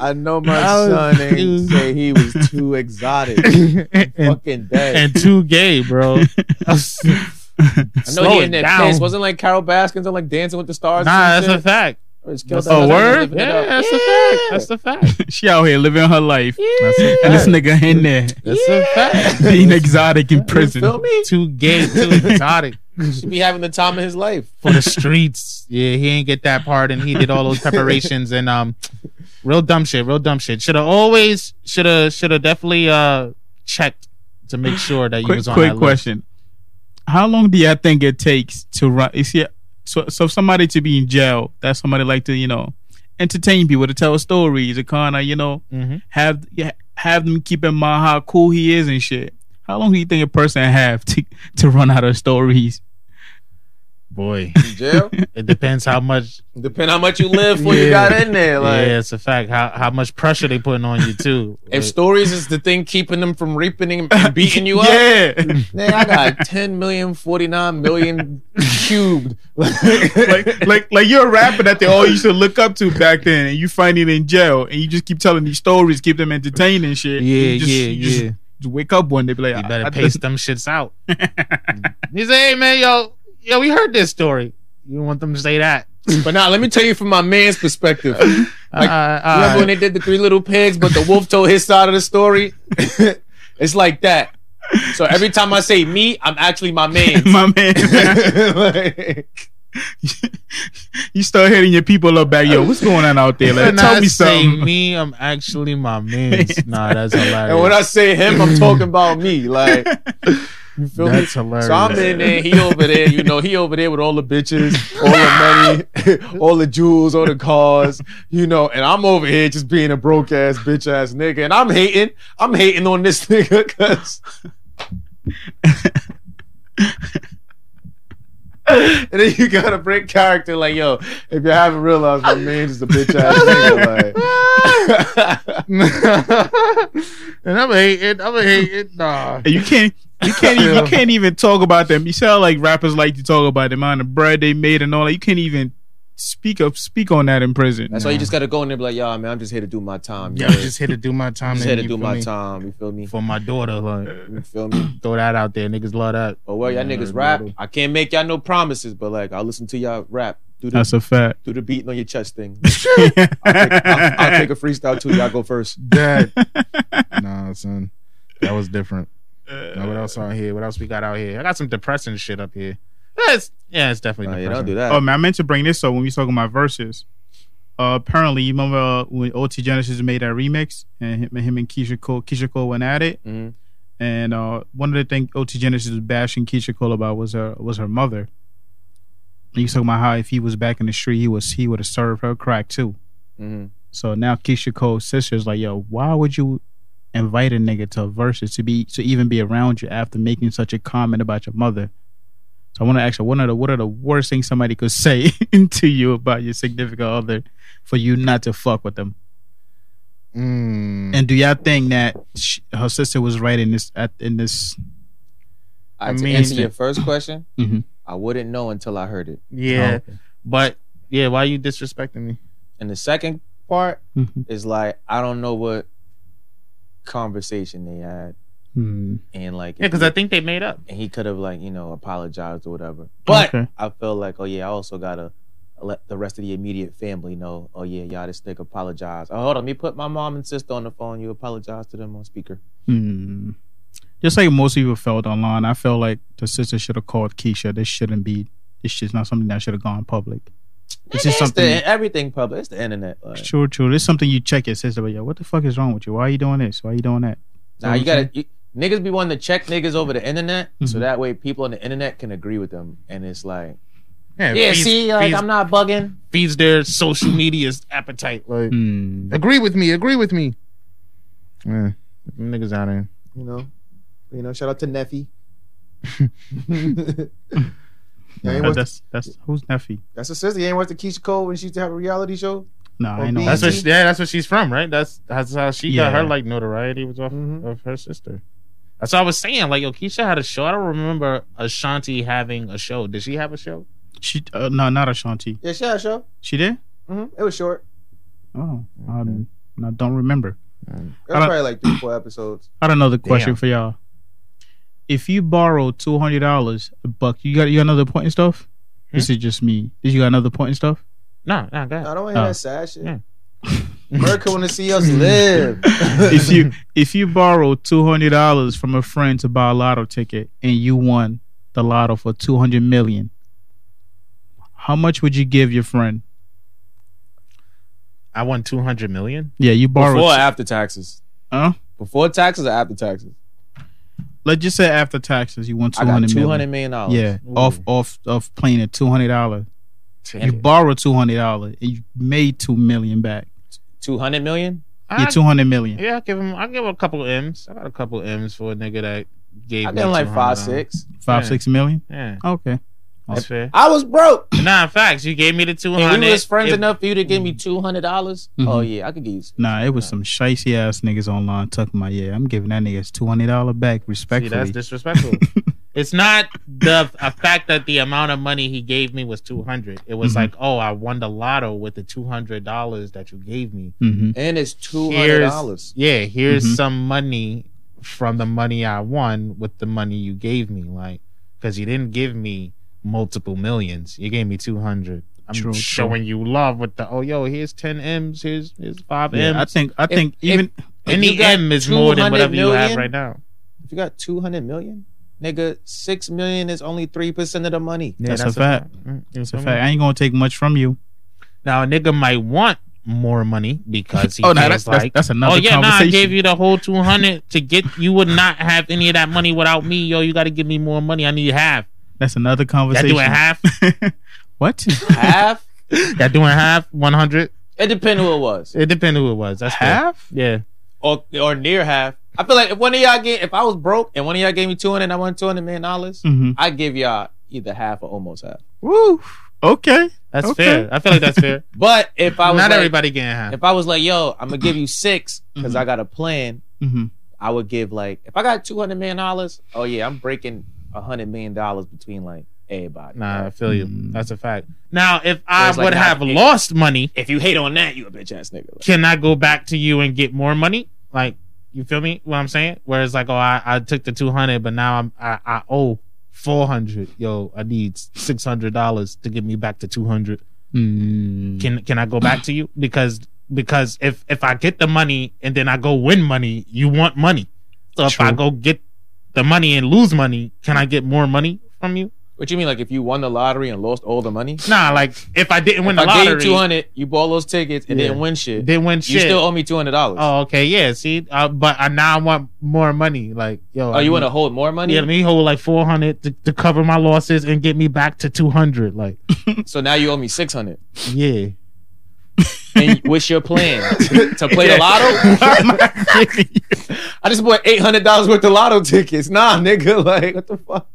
A: I know my
B: I was
A: son ain't
B: too-
A: say he was too exotic.
B: and,
A: Fucking dead.
B: and too gay, bro. nah,
A: I
B: slow
A: know he
B: it
A: in that
B: down.
A: piss. Wasn't like Carol Baskins on like Dancing with the Stars.
B: that's a fact.
A: that's
B: a word? Yeah, that's a fact. That's a fact.
C: she out here living her life.
B: That's a
C: And this
B: fact.
C: nigga in there
B: That's a fact.
C: being exotic in prison.
A: You feel me?
B: Too gay, too exotic
A: Should be having the time of his life.
B: for the streets. Yeah, he ain't get that pardon. He did all those preparations and um, real dumb shit. Real dumb shit. Should have always should have should have definitely uh checked to make sure that you
C: quick
B: was on
C: quick
B: that list.
C: question. How long do you think it takes to run? You see, so so somebody to be in jail, that's somebody like to you know entertain people, to tell stories, to kind of you know
B: Mhm.
C: have yeah, have them keep in mind how cool he is and shit. How long do you think a person have to to run out of stories?
B: Boy,
A: In jail?
B: it depends how much.
A: Depend how much you live for you
B: Yeah.
A: got in there. Like
B: yeah, it's a fact. How how much pressure they putting on you too.
A: if
B: Like,
A: stories is the thing keeping them from reaping and- and beating you up,
C: Yeah,
A: man, I got 10 million, 49 million cubed.
C: like like like you're a rapper that they all used to look up to back then, and you find it in jail, and you just keep telling these stories, keep them entertained and shit.
B: yeah,
C: You just-
B: yeah,
C: you just-
B: yeah.
C: just wake up one day, be like,
B: You
C: I-
B: better
C: I-
B: pace them shits out. he said, "Hey man, yo, yo, we heard this story. You want them to say that?
A: but now let me tell you from my man's perspective. Like,
B: uh,
A: Remember
B: uh,
A: when they did the three little pigs, but the wolf told his side of the story? It's like that. So every time I say me, I'm actually my man.
C: My man.
A: Like,
C: you start hitting your people up back. Yo, what's going on out there? Like,
B: When
C: tell
B: I
C: me
B: say
C: something.
B: Me, I'm actually my man's. Nah, that's hilarious.
A: and when I say him, I'm talking about me. Like, you feel me?
B: that's hilarious.
A: So I'm in there, he over there, you know, he over there with all the bitches, all the money, all the jewels, all the cars, you know, and I'm over here just being a broke ass bitch ass nigga, and I'm hating, I'm hating on this nigga because. and then you gotta break character, like yo, if you haven't realized, my man is a bitch ass nigga. Like.
B: and I'm hating. I'm hating. Nah.
C: And you can't. You can't. Even, you can't even talk about them. You sound like rappers like to talk about the amount of bread they made and all that. You can't even speak up. Speak on that in prison.
A: That's why you just gotta go in there, and be like, yo, man, I'm just here to do my time.
B: Yeah, I'm just here to do my time.
A: I'm just
B: and
A: here to
B: you
A: do
B: feel
A: my
B: me?
A: time. You feel me?
B: for my daughter. Like,
A: You feel me?
B: throw that out there. Niggas love that.
A: But well, y'all
B: Yeah,
A: niggas rap.
B: brother.
A: I can't make y'all no promises, but like I'll listen to y'all rap. Do the
C: That's a fact.
A: do the beating on your chest thing.
C: I'll take,
A: I'll, I'll- I'll take a freestyle too. Y'all go first.
B: That. nah, son. That was different. Now, what else on here? What else we got out here? I got some depressing shit up here. That's yeah, it's definitely
A: Nah, yeah,
B: depressing.
A: don't do that.
C: Oh man, I meant to bring this up when we was talking about verses. Uh, apparently, you remember uh, when OT Genesis made that remix, and him, him and Keisha Cole, Keisha Cole went at it.
A: Mhm.
C: And uh, one of the things OT Genesis was bashing Keisha Cole about was her was her mother. And he was talking about how if he was back in the street, he was he would have served her crack too.
A: Mhm.
C: So now Keisha Cole's sister is like, "Yo, why would you invite a nigga to a versus to be to even be around you after making such a comment about your mother?" So I want to ask you, what are the what are the worst things somebody could say to you about your significant other for you not to fuck with them?
B: Mm.
C: And do y'all think that sh her sister was right in this at in this?
A: All right,
B: I
A: to
B: mean-
A: answer your first question,
B: Mm-hmm.
C: Mhm.
A: I wouldn't know until I heard it.
B: yeah, but yeah, why you disrespecting me?
A: And the second part
C: Mhm.
A: is like I don't know what conversation they had,
C: Hmm.
A: and like
B: Yeah, because I think they made up.
A: and he could have like you know apologized or whatever. But
C: Okay.
A: I feel like oh yeah, I also gotta let the rest of the immediate family know. Oh yeah, y'all this nigga apologize. Oh hold on, let me put my mom and sister on the phone. You apologize to them on speaker.
C: Hmm. Just like most people felt online, I felt like the sister should have called Keisha. This shouldn't be. This is not something that should have gone public. It's
A: Man,
C: just something.
A: the, everything public. It's the internet. Like,
C: True, true. This is something you check your sister. But yeah, what the fuck is wrong with you? Why are you doing this? Why are you doing that?
A: now you gotta you, niggas be wanting to check niggas over the internet, so
C: Mhm.
A: that way people on the internet can agree with them. And it's like
B: Yeah,
A: yeah,
B: feeds,
A: see, like
B: feeds,
A: I'm not bugging.
B: feeds their social media's appetite. Like,
C: Hmm.
B: agree with me, agree with me. Yeah, them niggas out here.
A: You know, you know. Shout out to Neffy.
C: That- that's that's who's Neffy?
A: That's her sister. You ain't watch the Keisha Cole when she used to have a reality show?
C: No, I
A: Or
C: ain't know.
A: BET?
B: That's
C: that.
B: what she, yeah, that's what she's from, right? That's that's how she got
C: Yeah.
B: her like notoriety was off
A: Mhm.
B: of her sister. That's what I was saying. Like, yo, Keisha had a show. I don't remember Ashanti having a show. Did she have a show?
C: She uh, no, not Ashanti.
A: Yeah, she had a show.
C: She did?
A: hmm It was short.
C: Oh,
B: Okay.
C: um, I don't remember.
A: It
C: I
A: was
C: don't-
A: probably like three, four episodes.
C: I don't know the question
B: Damn.
C: for y'all. If you borrow two hundred dollars, a buck, you got you got another point and stuff. This is just me. Did you got another point and stuff?
B: No, no, go ahead.
A: I don't want to hear
C: Oh.
A: that sad shit.
B: Yeah.
A: America want to see us live.
C: if you if you borrow two hundred dollars from a friend to buy a lotto ticket and you won the lotto for two hundred million, how much would you give your friend?
B: I won two hundred million.
C: Yeah, you borrowed.
A: before or after taxes?
C: Huh?
A: Before taxes or after taxes?
C: Let's just say after taxes, you won two
A: I got
C: hundred
A: two
C: million.
A: hundred million dollars.
C: Yeah,
B: Ooh.
C: off off off playing at two hundred dollars. You
B: Yeah.
C: borrowed two hundred dollars and you made two million back.
A: two hundred million.
C: Yeah,
B: I,
C: two hundred million.
B: yeah, I give him. I give him a couple M's. I got a couple M's for a nigga that gave.
A: I
B: me
A: been like five,
B: $200.
A: six.
C: Five
B: Yeah.
C: six million.
B: Yeah,
C: Okay.
B: that's fair.
A: I was broke.
B: nah, facts. You gave me the two
A: And
B: hundred.
A: we was friends enough for you to give
C: Mm-hmm.
A: me two hundred dollars.
C: Mhm.
A: Oh yeah, I could give you.
C: Nah, it was some shicey ass niggas online talking about yeah. I'm giving that niggas two hundred dollar back
B: See,
C: respectfully.
B: that's disrespectful. it's not the a fact that the amount of money he gave me was two hundred. It was
C: Mhm.
B: like, oh, I won the lotto with the two hundred dollars that you gave me.
C: hmm
A: And it's two hundred
B: Here's,
A: dollars.
B: yeah, here's
C: Mhm.
B: some money from the money I won with the money you gave me, like because you didn't give me multiple millions. You gave me two hundred. I'm
C: True, true.
B: showing you love with the oh yo, here's ten m's, here's here's five
C: Yeah, I
B: m's.
C: think I
A: If-
C: think
A: if-
C: even
A: if you
B: Any
A: got
B: m is more than
A: 200
B: whatever you have
A: million,
B: right now.
A: you got 200 million, nigga, 6 million is only 3% of the money.
C: That's a fact.
B: It's
C: It's a fact. I ain't gonna take much from you.
B: Now a nigga might want more money because he
C: Oh,
B: oh,
C: no,
B: feels
C: that's, that's
B: like.
C: that's another
B: oh yeah, nah, I
C: conversation.
B: gave you the whole two hundred to get. You would not have any of that money without me. Yo, you got to give me more money. I need half.
C: That's another
B: Y'all
C: conversation.
B: doing half.
C: what?
A: Half?
B: Y'all doing half. One hundred.
A: It depends who it was.
B: It depends who it was. That's fair.
C: Half?
B: Yeah.
A: Or or near half. I feel like if one of y'all get if I was broke and one of y'all gave me 200 and I won 200 million dollars,
C: Mm-hmm.
A: I'd give y'all either half or almost half.
C: Woo. Okay.
B: That's
C: Okay.
B: fair. I feel like that's fair.
A: But if I
B: Not
A: was like,
B: everybody Mm-hmm. getting half.
A: if I was like, yo, I'm gonna give you six because I got a plan,
C: Mm-hmm.
A: I would give like if I got two hundred million dollars, oh yeah, I'm breaking a hundred million dollars between like everybody.
B: Nah, I feel you.
C: Mm.
B: That's a fact. Now, if I
A: Whereas, like,
B: would
A: not-
B: have lost money,
A: If you hate on that, you a bitch ass nigga. Like,
B: can I go back to you and get more money? Like, you feel me? What I'm saying? Whereas, like, oh, I, I took the two hundred, but now I'm I, I owe four hundred. Yo, I need six hundred dollars to get me back to two hundred.
A: Mm.
B: Can can I go back to you? Because because if if I get the money and then I go win money, you want money. So if I
C: True.
B: go get the money and lose money, can I get more money from you?
A: what you mean? Like if you won the lottery and lost all the money?
B: Nah, like if I didn't win
A: If
B: the
A: I
B: lottery,
A: gave you two hundred, you bought all those tickets and
B: Yeah.
A: didn't win shit.
B: didn't win
A: You
B: shit.
A: still owe me two hundred dollars. Oh,
B: Oh, okay, yeah. See, uh, but I now I want more money. Like, yo,
A: Oh,
B: I
A: you want
B: need-
A: to hold more money?
B: Yeah, let me hold like four hundred to, to cover my losses and get me back to two hundred. Like,
A: so now you owe me six hundred.
B: yeah.
A: And what's your plan to play the lotto? I just bought eight hundred dollars worth of lotto tickets. Nah, nigga, like what the fuck?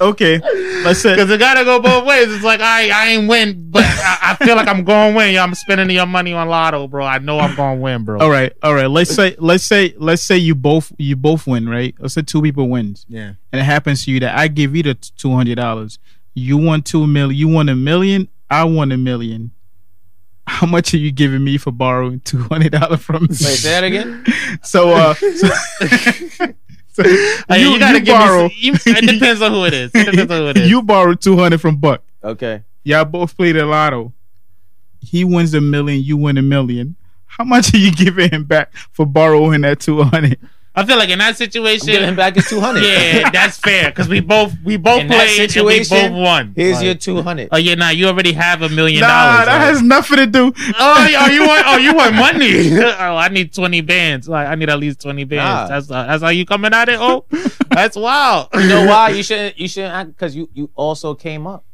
C: okay. Let's say
B: Because it gotta go both ways. It's like I I ain't win, but I, I feel like I'm going to win. Yo, I'm spending your money on Lotto, bro. I know I'm going to win, bro.
A: Oh,
C: all right, all right. Let's say let's say let's say you both you both win, right? Let's say two people wins.
B: Yeah.
C: And it happens to you that I give you the two hundred dollars. You want two million you want a million, I want a million. How much are you giving me for borrowing two hundred dollars from me?
A: Wait, say that again.
C: So uh so, so
B: Hey,
C: you,
B: you, gotta
C: you
B: give
C: borrow
B: me. s- you- it depends on who it is. It depends on who it is.
C: you borrow two hundred from Buck.
A: Okay.
C: Y'all both play the lotto. He wins a million, you win a million. How much are you giving him back for borrowing that two hundred?
B: I feel like in that
A: I'm giving him
B: situation,
A: back his two hundred.
B: yeah, that's fair because we both we both
A: In that
B: played and we both
A: situation,
B: won.
A: Here's
B: Like,
A: your two hundred.
B: Oh yeah, nah, you already have a million
C: Nah,
B: dollars.
C: that
B: like-
C: has nothing to do.
B: oh, yeah, oh, you want? Oh, you want money? oh, I need twenty bands. Like, I need at least twenty
A: Nah.
B: bands. That's uh, that's how you coming at it. Oh, that's wild.
A: You know why you shouldn't? You shouldn't act because you you also came up.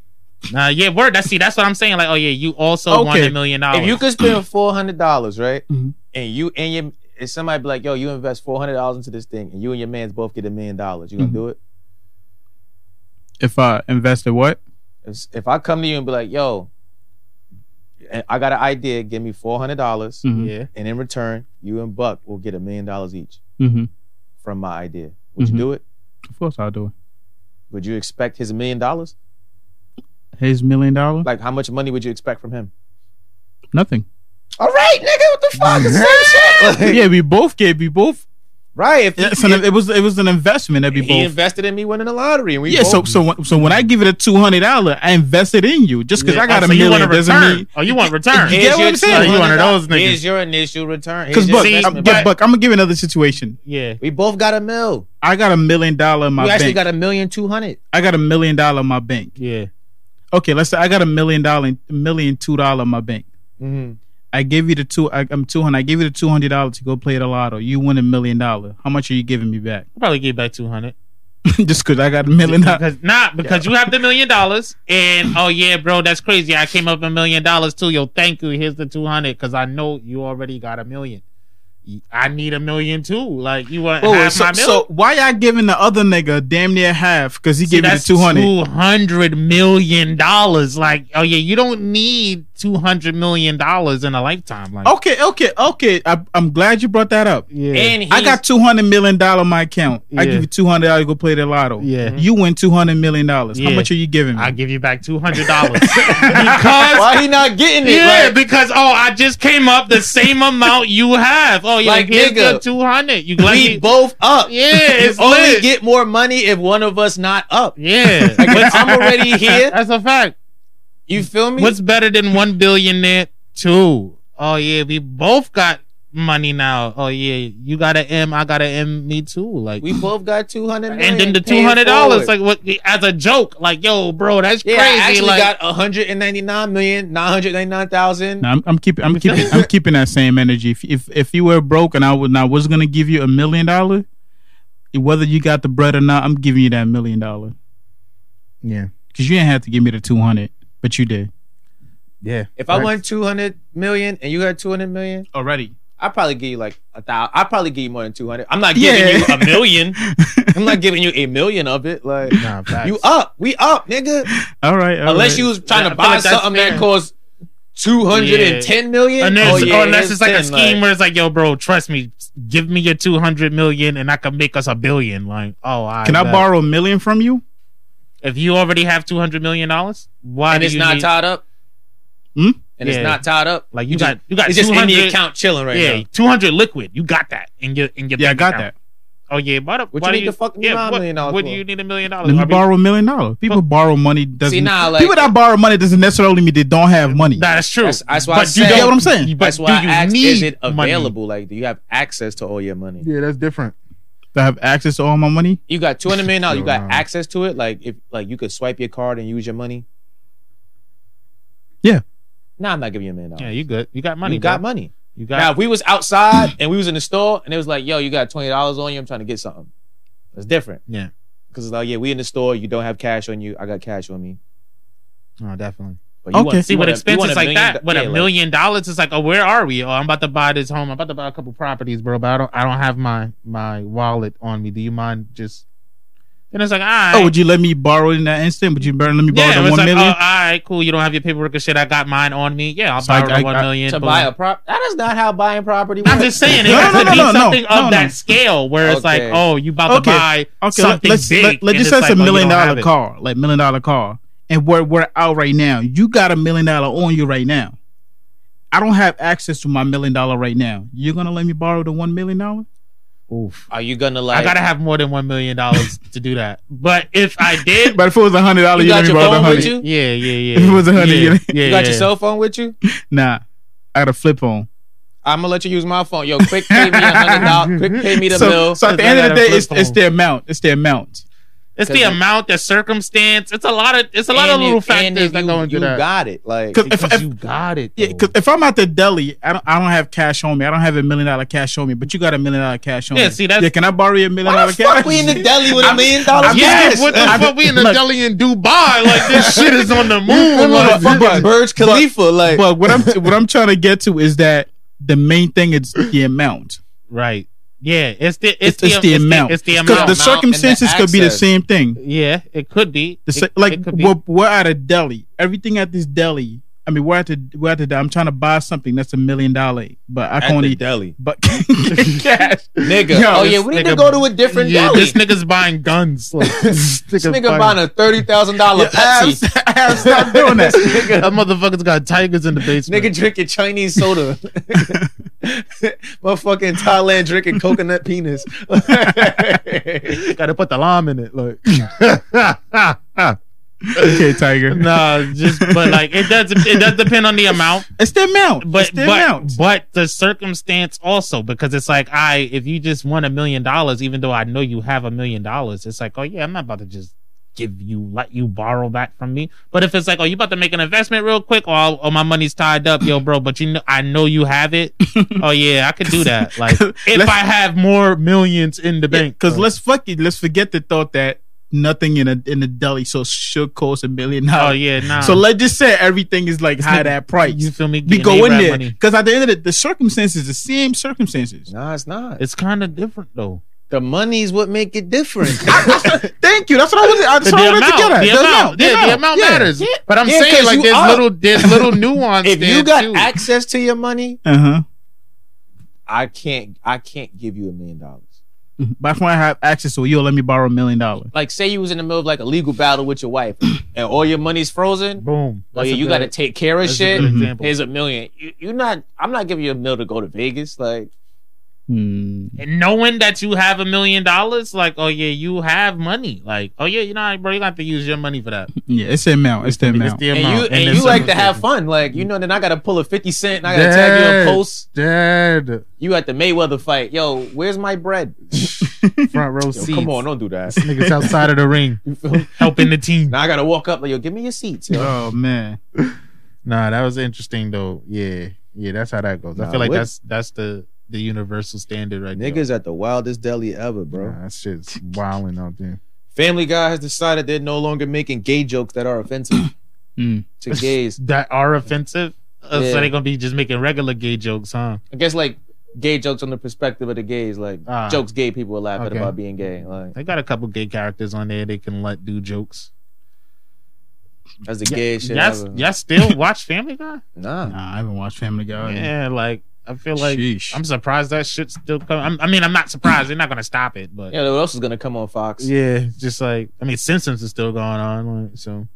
B: Nah, yeah, word. That's see, that's what I'm saying. Like, oh yeah, you also
C: Okay.
B: won a million dollars.
A: If you could spend four hundred dollars, right,
C: Mhm.
A: and you and your and somebody be like, "Yo, you invest four hundred dollars into this thing, and you and your man's both get a million dollars," you gonna
C: Mhm.
A: do it?
C: If I invested what?
A: If, if I come to you and be like, "Yo, and I got an idea, give me four hundred dollars,
C: Mhm.
B: yeah,
A: and in return, you and Buck will get a million dollars each
C: Mm-hmm.
A: from my idea," would
C: Mhm.
A: you do it?
C: Of course I'll do
A: Would you expect his million dollars?
C: it. His million dollar?
A: Like, how much money would you expect from him?
C: Nothing.
A: All right, nigga, what the fuck? It's the same shit. Like,
C: yeah, we both gave. We both.
A: Right. If he-
C: It's an, it was. It was an investment that we
A: he,
C: both.
A: invested in me winning the lottery, and we
C: yeah.
A: both-
C: So so when- so when I give it a two hundred dollar, I invested in you. Just because
B: Yeah.
C: I got
B: Oh,
C: a
B: so you
C: million
B: want a
C: doesn't
B: return.
C: mean.
B: Oh, you want return?
C: Yeah.
A: Here's
C: what
A: your
C: I'm saying.
B: You one of those
A: $200.
B: niggas.
A: Here's your initial return. Here's
C: Because
A: your
C: Buck,
A: investment
C: I'm,
A: back.
C: but Buck, I'm gonna give you another situation.
B: Yeah.
A: we both got a mill.
C: I got a million dollar in my
A: We
C: bank.
A: actually got a million two hundred.
C: I got a million dollar in my bank.
B: Yeah.
C: Okay, let's say I got a million dollar, million two dollar in my bank.
A: Mm-hmm.
C: I gave you the two. I, I'm two hundred. I gave you the two hundred dollars to go play the lotto. You win a million dollar. How much are you giving me back?
B: I'll probably give back two hundred.
C: Just because I got a million dollars.
B: Because not because you have the million dollars and oh yeah, bro, that's crazy. I came up a million dollars too. Yo, thank you. Here's the two hundred because I know you already got a million. I need a million too. Like you want half
C: so,
B: my million.
C: so why y'all giving the other nigga damn near half? Because he gave you the two hundred.
B: Two hundred million dollars. Like, oh yeah, you don't need two hundred million dollars in a lifetime. Like,
C: Okay, okay, okay. I, I'm glad you brought that up.
B: yeah,
A: And he's,
C: I got two hundhundred million dollar in my account. I
B: Yeah.
C: give you two hundred dollars to go play the lotto.
B: yeah.
C: You win two hundred million dollars. How
B: Yeah.
C: much are you giving me?
B: I give you back two hundred dollars because.
A: why he not getting it?
B: Yeah,
A: Like,
B: because oh, I just came up the same amount you have. Oh, yeah,
A: Like,
B: here's the
A: nigga,
B: two hundred. You
A: we
B: let me,
A: both up.
B: yeah,
A: you
B: it's
A: only
B: lit.
A: get more money if one of us not up.
B: yeah,
A: Like, if
B: What's-
A: I'm already here.
B: That's a fact.
A: You feel me?
B: What's better than one billionaire? Two. Oh yeah, we both got money now. Oh yeah, you got an M, I got an M, me too. Like
A: We both got two hundred.
B: and then the two hundred dollars, like what as a joke, like yo, bro, that's
A: yeah, I
B: crazy.
A: actually
B: Like
A: got one hundred and ninety nine million nine hundred ninety nine thousand.
C: No, I'm, I'm keeping. I'm keeping. I'm keeping that same energy. If if if you were broke and I was and I was gonna give you a million dollar, whether you got the bread or not, I'm giving you that million dollar
D: Yeah.
C: because you didn't have to give me the two hundred, but you did
D: Yeah.
A: If I won two hundred million and you had two hundred million,
C: already.
A: I'd probably give you like a thousand. I'd probably give you more than two hundred. I'm not giving
C: Yeah.
A: you a million. I'm not giving you a million of it. Like
D: Nah, facts.
A: you up, we up, nigga.
C: All right. all
A: Unless
C: right.
A: you was trying
B: Yeah, I
A: to
B: feel
A: buy
B: like that's
A: something that
B: fair.
A: cost two hundred and ten million.
B: And there's,
A: oh, yeah,
B: or unless
A: here's
B: it's like
A: 10,
B: a scheme where it's like, yo, bro, trust me, give me your two hundred million, and I can make us a billion. Like, oh, I
C: Can I borrow a million from you?
B: If you already have two hundred million dollars, why
A: and
B: do
A: it's
B: you
A: not
B: need-
A: tied up.
C: Hmm?
A: And it's
B: Yeah.
A: not tied up.
B: Like you,
A: You
B: got, you got
A: it's just in the
B: 200
A: account chilling right
B: yeah,
A: now.
B: two hundred liquid. You got that in your in your.
C: Yeah, I
B: bank
C: got
B: account.
C: that.
B: Oh yeah, why, the-
A: What
B: why
A: you
B: do
A: need
B: you
A: the fucking nine
B: yeah, what,
A: million dollars
B: what
A: for?
B: do you need a million dollars?
C: Let me
B: I mean,
C: borrow a million dollars. People borrow money doesn't.
A: See now, like
C: people that borrow money doesn't necessarily mean they don't have money.
B: Nah, that's true.
A: That's- that's why I
B: but you
A: said-
B: don't-
C: Get what I'm saying?
B: But
A: that's
B: do
A: why I
B: you
A: asked,
B: need
A: is it
B: money?
A: available? Like, do you have access to all your money?
D: Yeah, that's different.
C: That have access to all my money.
A: You got two hundred million dollars. You got
D: Nah.
A: access to it. Like, if like you could swipe your card and use your money.
C: Yeah.
A: Nah, I'm not giving you a million dollars.
B: Yeah, you good. You got money.
A: you got
B: bro.
A: money.
B: You
A: Now,
B: got
A: if we was outside and we was in the store and it was like, "Yo, you got twenty dollars on you. I'm trying to get something." That's different.
B: Yeah.
A: Because it's like, yeah, we in the store. You don't have cash on you. I got cash on me.
B: Oh, definitely.
A: But you
C: Okay.
A: want,
B: See,
A: you
B: with
A: want a- you want
B: expenses
A: a
B: like
A: million
B: that,
A: do-
B: with
A: yeah,
B: a
A: like-
B: million dollars, it's like, oh, where are we? Oh, I'm about to buy this home. I'm about to buy a couple properties, bro. But I don't, I don't have my my wallet on me. Do you mind just? And it's like, all right.
C: Oh, would you let me borrow in that instant? Would you borrow, let me borrow
B: yeah,
C: the
B: it's
C: one
B: like,
C: million?
B: oh, all right, cool. You don't have your paperwork and shit. I got mine on me. Yeah, I'll
C: So I-
B: borrow
C: I-
B: the one
C: I-
B: million.
A: to
B: boom.
A: buy a prop. That is not how buying property works.
B: I'm just saying, it
C: No,
B: has
C: no,
B: to
C: no,
B: be
C: no, no,
B: something
C: no,
B: of
C: no.
B: that scale where it's like,
A: Okay.
B: oh, you about
C: Okay.
B: to buy
C: Okay,
B: something
C: let, us
B: big.
C: let, let's
B: and
C: just
B: it's
C: say it's
B: like,
C: a
B: oh, you
C: million
B: don't have
C: dollar
B: it.
C: car, like million dollar car, and we're we're out right now. You got a million dollar on you right now. I don't have access to my million dollar right now. You're gonna let me borrow the one million dollar?
B: Oof.
A: Are you gonna like?
B: I gotta have more than one million dollars to do that. But if I did,
C: But if it was a hundred dollar,
A: you
C: you
A: got
C: let me
A: your
C: borrow the
A: phone with
C: hundred.
A: you.
B: yeah, yeah, yeah.
C: If it was a hundred,
B: yeah,
C: you-
B: yeah,
A: You got
B: yeah.
A: your cell phone with you.
C: Nah, I got a flip phone.
A: I'm gonna let you use my phone. Yo, quick pay me a hundred dollars. Quick pay me the
C: So,
A: bill.
C: so at the
B: I
C: end of the
B: got a
C: day,
B: flip
C: it's it's
B: phone.
C: their amount. It's their amount.
A: Cause
B: It's the
A: it-
B: amount, the circumstance. It's a lot of it's a lot of
A: And if-
B: little
A: and
B: factors
A: if
B: that
A: you,
B: go into
A: you
B: that.
A: got it. Like,
C: Because if,
B: because
C: if
B: you got it.
C: yeah, 'cause if I'm at the deli, I don't I don't have cash on me. I don't have a million dollar cash on me. But you got a million dollar cash on
B: Yeah,
C: me.
B: see, that's-
C: yeah. Can I borrow your million
A: why
C: dollar
A: the
C: cash?
A: fuck we in the deli with a million dollars?
C: I'm
B: yeah,
C: just-
B: what the
C: I'm-
B: fuck? We in a
C: look.
B: deli in Dubai. Like this shit is on the moon.
A: Like,
B: Like,
A: fucking Burj Khalifa. like,
C: but what I'm what I'm trying to get to is that the main thing is the amount.
B: right? Yeah, it's the
C: It's, it's, the, amount.
B: It's the
C: Because
B: amount.
C: the
A: Amount and the
C: circumstances could be the
A: access.
C: same thing.
B: yeah, it could be.
C: The sa-
B: It-
C: like
B: it could be.
C: we're, we're at a deli. Everything at this deli. I mean, we're at the we're at the. I'm trying to buy something that's a million dollar, but I
A: at
C: can't
A: the
C: eat.
A: deli,
C: But cash.
A: nigga.
C: Yo,
A: oh yeah,
C: this
A: we need to
B: nigga-
A: go to a different
B: yeah,
A: deli.
B: this nigga's buying guns. Like, this
A: This nigga buying a thirty thousand dollar
C: I
A: Pepsi.
C: have, I have stopped doing that.
B: That motherfucker's got tigers in the basement.
A: Nigga drinking Chinese soda. Motherfucking Thailand drinking coconut penis.
B: gotta put the lime in it. Like,
C: okay, Tiger.
B: nah, just but like it does. It does depend on the amount.
C: It's the amount.
B: but
C: it's the
B: but,
C: amount.
B: but the circumstance also because it's like I if you just won a million dollars even though I know you have a million dollars it's like oh yeah I'm not about to just give you let you borrow that from me but if it's like oh you about to make an investment real quick or oh, my money's tied up yo bro but you know I know you have it oh yeah I could do that like if
C: Let's-
B: I have more millions in the bank
C: Because
B: Like,
C: let's fuck it. Let's forget the thought that nothing in a in a deli so should cost a million
B: oh
C: dollars.
B: yeah nah
C: So let's just say everything is like high that
B: you
C: price.
B: feel me
C: We
B: Getting
C: go in
B: A-Rab
C: there
B: money.
C: because at the end of it, the circumstances the same circumstances.
A: nah, it's not.
B: it's kind of different though
A: The money's what make it different.
C: Thank you. That's what I wanted. That's
B: the
C: what I
B: amount,
C: wanted to get at.
B: the amount,
C: the
B: yeah, the amount
C: yeah.
B: matters. But I'm
A: Yeah,
B: saying
A: 'cause
B: like
A: you
B: there's
A: up.
B: little there's little nuance.
A: if
B: there,
A: you got
B: too.
A: access to your money,
C: Uh-huh.
A: I can't. I can't give you a million dollars.
C: But if I have access to it, you'll let me borrow a million dollars.
A: Like, say you was in the middle of like a legal battle with your wife, and all your money's frozen.
B: boom,
A: Oh yeah, you got to take care of
B: that's a
A: shit.
B: good example.
A: Here's a million. You, you're not. I'm not giving you a mill to go to Vegas. Like,
C: Hmm.
B: and knowing that you have a million dollars, like, oh yeah, you have money. Like, oh yeah, you know, bro, you got to use your money for that.
C: Yeah, it's the amount. It's the
B: It's
C: amount.
B: the
A: And
B: amount.
A: you and,
B: then
A: you
B: some-
A: like to have fun, like you know. Then I gotta pull a fifty cent, and I gotta tag you a
D: Yes.
A: post.
D: Dead.
A: You at the Mayweather fight, yo? Where's my bread?
D: Front row
A: Yo,
D: seats.
A: come on, don't do that.
D: Niggas outside of the ring.
A: You feel me?
B: helping the team.
A: now I gotta walk up, like yo, give me your seats. Yo.
C: Oh man,
D: Nah, that was interesting though. Yeah. Yeah, that's how that goes.
B: I
A: Nah,
B: feel like
A: what-
B: that's that's the the universal standard right there.
A: Niggas at the wildest deli ever, bro.
D: Nah, that shit's wilding out there.
A: Family Guy has decided they're no longer making gay jokes that are offensive
C: Mm.
A: to gays.
B: that are offensive. Uh,
A: Yeah.
B: So they're gonna be just making regular gay jokes, huh?
A: I guess like gay jokes from the perspective of the gays, like
B: Ah.
A: jokes gay people are laughing
B: Okay.
A: about being gay. Like
B: They got a couple gay characters on there. They can let do jokes.
A: that's the gay shit.
B: Yes,
A: ever.
B: y'all still watch Family Guy?
A: Nah.
C: nah, I haven't watched Family Guy.
B: Yeah, like I feel like
C: Sheesh.
B: I'm surprised that shit's still coming. I'm, I mean, I'm not surprised. They're not gonna stop it, but
A: Yeah, what else is gonna come on Fox?
B: Yeah, it's just like I mean, Simpsons is still going on, like, so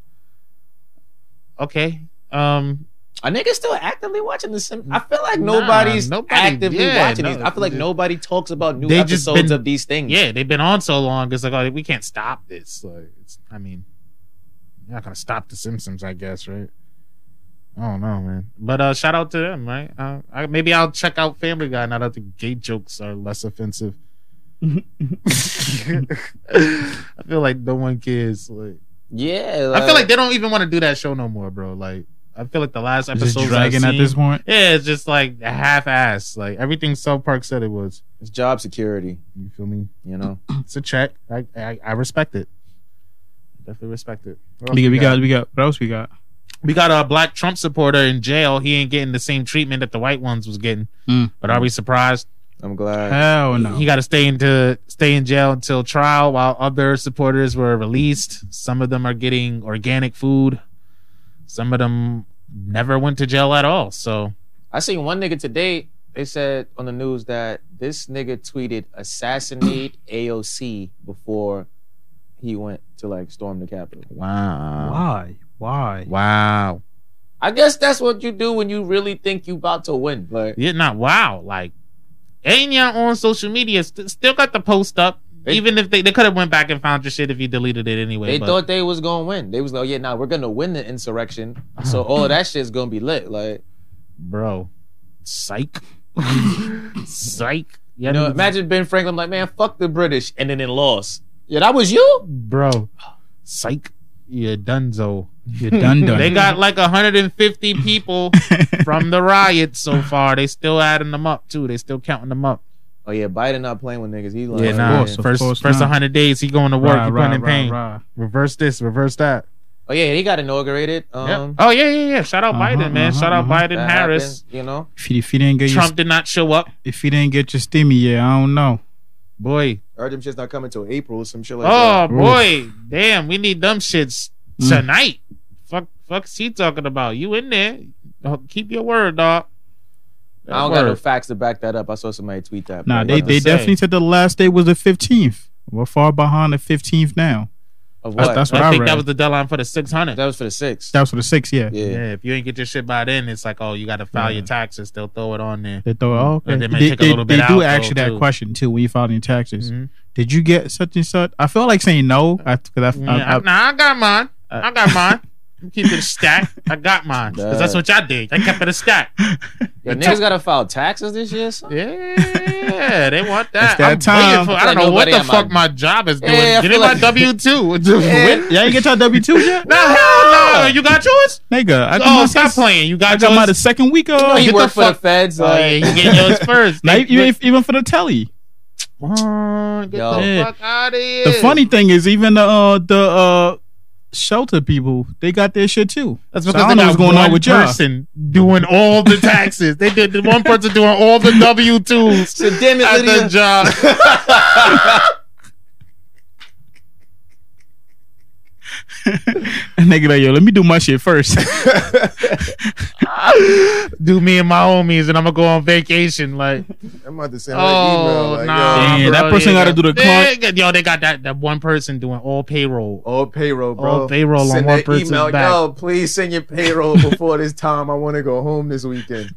B: okay. Um,
A: Are niggas still actively watching the Simpsons? I feel like nobody's
B: nobody-
A: actively
B: yeah,
A: watching
B: no,
A: these. I feel like
B: just-
A: nobody talks about new
B: They just
A: episodes
B: been-
A: of these things.
B: yeah, they've been on so long. It's like oh, we can't stop this. Like, it's, I mean, you're not gonna stop the Simpsons, I guess, right? I don't know, man. But uh, shout out to them, right? Uh, I, maybe I'll check out Family Guy now that the gay jokes are less offensive. I feel like no one cares. Like,
A: yeah.
B: I feel like they don't even want to do that show no more, bro. Like, I feel like the last
C: Is it
B: episode
C: dragging at this point?
B: Yeah, it's just like half ass. Like everything South Park said it was.
A: it's job security.
B: You feel me?
A: You know,
B: It's a check. I I, I respect it. Definitely respect it. What else
C: We got, we got, we got. What else we got?
B: we got a black Trump supporter in jail. He ain't getting the same treatment that the white ones was getting.
C: Mm.
B: But are we surprised?
A: I'm glad.
C: Hell no.
B: He got to stay into stay in jail until trial, while other supporters were released. Some of them are getting organic food. Some of them never went to jail at all. So
A: I seen one nigga today. They said on the news that this nigga tweeted assassinate AOC before he went to like storm the Capitol.
B: wow,
C: Why? Why?
B: wow.
A: I guess that's what you do when you really think you about to win. Like
B: Yeah, not wow. Like, ain't y'all on social media? St- still got the post up.
A: They-
B: even if they, they could have went back and found your shit if you deleted it anyway.
A: they
B: but
A: thought they was gonna win. They was like, yeah, nah, we're gonna win the insurrection. So all of that shit's gonna be lit. Like
B: bro, psych, psych. Yeah,
A: you know, imagine Ben Franklin like, man, fuck the British, and then it lost. Yeah, that was you.
B: bro, psych. You're dunzo.
C: You're done done.
B: They got like 150 people from the riots so far. They still adding them up too. They still counting them up.
A: Oh yeah, Biden not playing with niggas. He like,
B: Yeah, nah.
C: course, of
B: first,
C: course
B: first
C: not.
B: 100 days, he going to work.
C: Rah,
B: he
C: rah,
B: putting in
C: rah,
B: pain.
C: rah.
D: Reverse this, reverse that.
A: oh yeah, he got inaugurated.
B: Yep.
A: Um,
B: Oh yeah, yeah, yeah. Shout out
C: Uh-huh,
B: Biden, man.
C: uh-huh,
B: Shout out
C: uh-huh.
B: Biden,
A: that
B: Harris.
A: happened, you know.
C: If you, if you didn't get
B: Trump did not show up.
C: your if you didn't get your stimmy, yeah, I don't know.
B: Boy.
A: Heard them shit's not coming till April or some shit like
B: Oh
A: that.
B: boy. Damn, we need them shits
C: Mm.
B: tonight. Fuck fuck she talking about. You in there. Oh, Keep your word, dog.
A: I don't got no facts to back that up. I saw somebody tweet that.
C: Nah,
A: but
C: they
A: what
C: they
A: the-
B: say.
C: definitely said the last day was the fifteenth. We're far behind the fifteenth now.
A: of
C: That's,
A: what?
C: that's what I,
B: I think
C: read.
B: that was the deadline for the six hundred.
A: that was for the six.
C: that was for the sixth, yeah.
A: yeah.
B: Yeah, if you ain't get your shit by then, it's like, oh, you got to file your taxes. They'll throw it on there.
C: They throw oh, okay.
B: Or they
C: They,
B: may
C: they,
B: take a little bit
C: they do
B: out,
C: ask you
B: though,
C: that
B: too.
C: question too when you file your taxes.
B: Mhm.
C: Did you get such and such? I feel like saying no. I because I,
B: Yeah,
C: I,
B: I,
C: I,
B: nah, I got mine.
C: I-
B: I got mine. Keep it a stack. I got mine. 'Cause that's what y'all did. I kept it a stack.
A: Yeah, niggas gotta file taxes this year. or something?
B: Yeah, they want that.
C: It's that
B: I'm
C: time.
B: waiting for.
A: It's
B: I don't
A: like
B: know what
A: nobody
B: the
A: at my-
B: fuck my job is doing.
A: Yeah, I
B: Get
A: feel
B: in my
A: like-
B: W two.
A: Yeah.
C: yeah, you get your W two yet,
B: No, hell no. You got yours?
C: nigga. I got
B: oh,
C: mine
B: stop
C: since-
B: playing. You
C: I
B: got
C: got mine the
B: yours.
C: second week of.
A: Oh,
B: get
A: you
B: the
A: work for the
B: fuck-
A: feds.
B: Oh
A: like-
B: yeah, you get yours first.
C: Not
B: They-
C: even, even for the telly.
B: Come on, get
A: Yo.
B: the fuck out of here.
C: The funny thing is, even the uh, the uh, shelter people, they got their shit too.
B: That's
C: So
B: because
C: I don't
B: they
C: know
B: got
C: what's going
B: one
C: on with y'all.
B: person doing all the taxes. they did the one person doing all the W twos
A: So damn it,
B: at the
A: Lydia.
B: job.
C: Nigga, like, yo, let me do my shit first.
B: Do me and my homies, and I'm gonna go on vacation. Like,
D: I'm about to send her an email.
B: oh
D: Like,
B: nah,
C: Damn,
B: bro,
C: that person
B: yeah,
C: gotta do the
B: They- Yo, they got that that one person doing all payroll.
D: yo, all payroll, bro.
B: All payroll
D: send
B: on one
D: that
B: person's
D: email.
B: back.
D: Yo, please send your payroll before this time. I want to go home this weekend.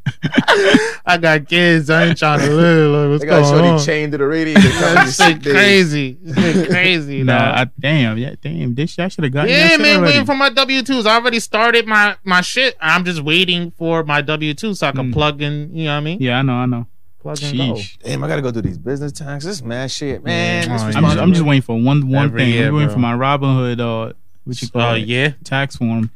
B: I got kids. I ain't trying to live. Like, what's
D: They got
B: going on?
D: Shorty chained to the radiator. coming
B: That shit
D: sick days.
B: crazy. This shit crazy.
C: nah,
B: nah,
C: I, damn, yeah, damn, this I should have gotten
B: yeah,
C: that shit
B: man,
C: already.
B: waiting for my W twos. I already started my my shit. I'm just waiting for my W two so I can
C: Mm.
B: plug in. You know what I mean?
C: yeah, I know, I know.
B: Plug and go.
C: Sheesh.
A: Damn, I gotta go do these business taxes. This mad shit, man.
B: Yeah.
A: This
B: Oh,
A: was
B: yeah.
C: I'm just, I'm just waiting for one one
B: Every
C: thing.
B: year,
C: I'm waiting
B: bro.
C: for my Robin Hood uh, what you call
B: Oh
C: it?
B: yeah.
C: tax form,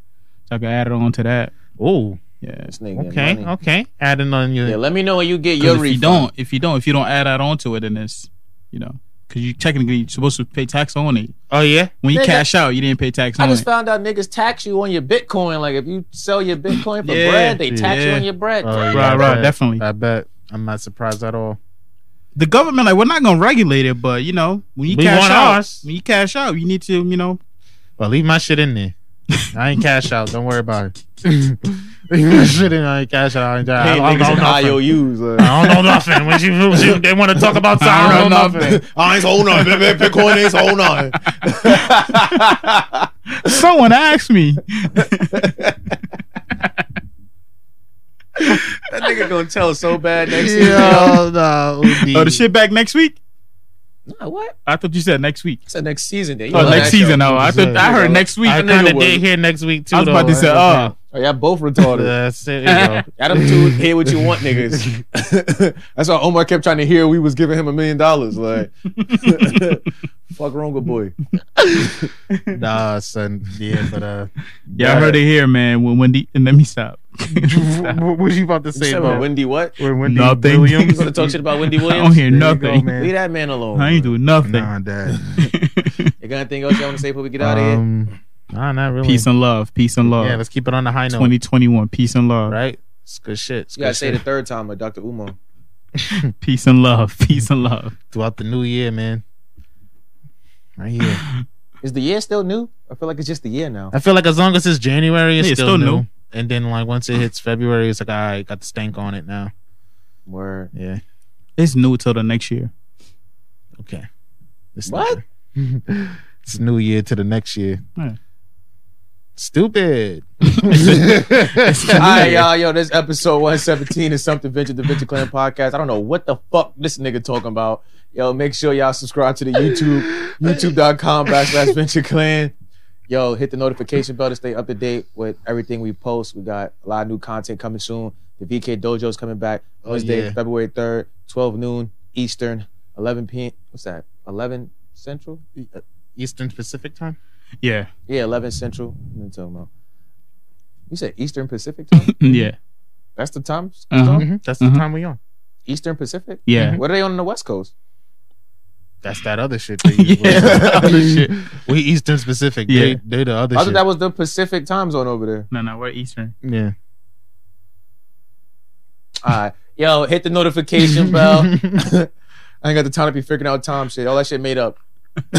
C: so I can add it on to that.
B: Oh,
C: Yeah.
A: This nigga
B: okay,
A: money.
B: okay. Adding on your
A: Yeah, let me know when you get your
C: 'Cause if
A: refund.
C: you don't, if you don't, if you don't add that on to it, then it's you know, because you technically you're supposed to pay tax on it.
B: Oh yeah.
C: When you
A: Nigga,
C: cash out, you didn't pay tax
A: I
C: on
A: just
C: it.
A: found out niggas tax you on your Bitcoin. Like if you sell your Bitcoin for
C: Yeah,
A: bread, they tax you
C: yeah.
A: on your bread.
D: Oh, yeah,
C: Right,
D: I
C: right,
D: bet.
C: definitely.
D: I bet. I'm not surprised at all.
C: The government, like, we're not gonna regulate it, but you know, when you
B: We
C: cash
B: want
C: out,
B: ours.
C: when you cash out, you need to, you know,
B: Well, leave my shit in there. I ain't cash out. Don't worry about it. leave my shit in. I ain't cash out. I ain't I
A: Pay
B: don't
A: niggas
B: know
A: in
B: nothing.
A: IOUs. Like.
B: I don't know nothing. What you, what you- they want to talk about? I don't, know nothing.
A: I ain't holding on. Bitcoin ain't holding on.
C: someone asked me.
A: that nigga gonna tell so bad next season.
B: Yo, no, OD.
C: Oh, the shit back next week.
A: Nah, what?
C: I thought you said next week.
A: I said next season. Then. You
C: Oh,
A: know
C: next
A: that
C: season.
A: show.
C: No, I thought I heard next week.
B: I
A: That nigga
B: kind of
A: was-
B: did hear next week too.
C: I was about
B: though.
C: to say, oh,
A: Oh, y'all both retarded.
B: That's it, you know.
A: Y'all them two hear what you want, niggas. That's why Omar kept trying to hear we was giving him a million dollars. Like, fuck wrong with boy.
D: Nah, son. Yeah, but uh,
C: yeah, I heard it here, man. When Wendy and let me stop.
D: what, what was you about to
A: You
D: say
A: said
D: about
A: about Wendy what?
D: when Wendy
C: Nothing.
A: You
D: Williams?
A: gonna talk shit about Wendy
C: I don't
A: Williams?
C: hear
D: There you go,
C: nothing.
D: man.
A: Leave that man alone.
C: I ain't doing nothing.
D: Nah, dad.
A: You got anything else y'all want to say before we get out of here?
D: um,
B: nah, not really.
C: Peace and love. Peace and love.
B: Yeah, let's keep it on the high note.
C: 2021. Peace and love.
B: Right? It's good shit. It's
A: You gotta
B: good
A: say
B: shit.
A: the third time, like Dr. Umo.
C: Peace and love. Peace and love.
B: Throughout the new year, man. Right here.
A: Is the year still new? I feel like it's just the year now.
B: I feel like as long as it's January, it's,
C: Yeah,
B: still, new. And then like once it hits February, it's like I got the stank on it now.
A: Word.
B: Yeah.
C: It's new till the next year.
B: Okay. It's
A: What?
B: it's new year to the next year.
C: Yeah.
B: Stupid.
A: All right, y'all. Yo, this episode 117 is something Venture the Venture Clan podcast. I don't know what the fuck this nigga talking about. Yo, make sure y'all subscribe to the YouTube, youtube.com backslash Venture Clan. Yo, hit the notification bell to stay up to date with everything we post. We got a lot of new content coming soon. The VK Dojo is coming back Wednesday,
B: yeah.
A: February 3rd, 12 noon Eastern, 11 p.m. What's that? 11 Central?
B: Eastern Pacific time?
C: Yeah.
A: Yeah, 11 Central. What are you talking about? You said Eastern Pacific time?
C: Yeah.
A: That's the time?
C: Uh-huh.
B: hmm That's
C: Mhm.
B: the time we on.
A: Eastern Pacific?
C: Yeah.
A: What are they on the West Coast?
B: That's that other shit. They use.
C: Yeah, the other shit.
B: We Eastern Pacific.
C: Yeah.
B: They they the other
A: I
B: shit.
A: thought that was the Pacific time zone over there.
C: No, no, we're Eastern.
B: yeah.
A: All right. Yo, hit the notification bell. I ain't got the time to be figuring out time shit. All that shit made up.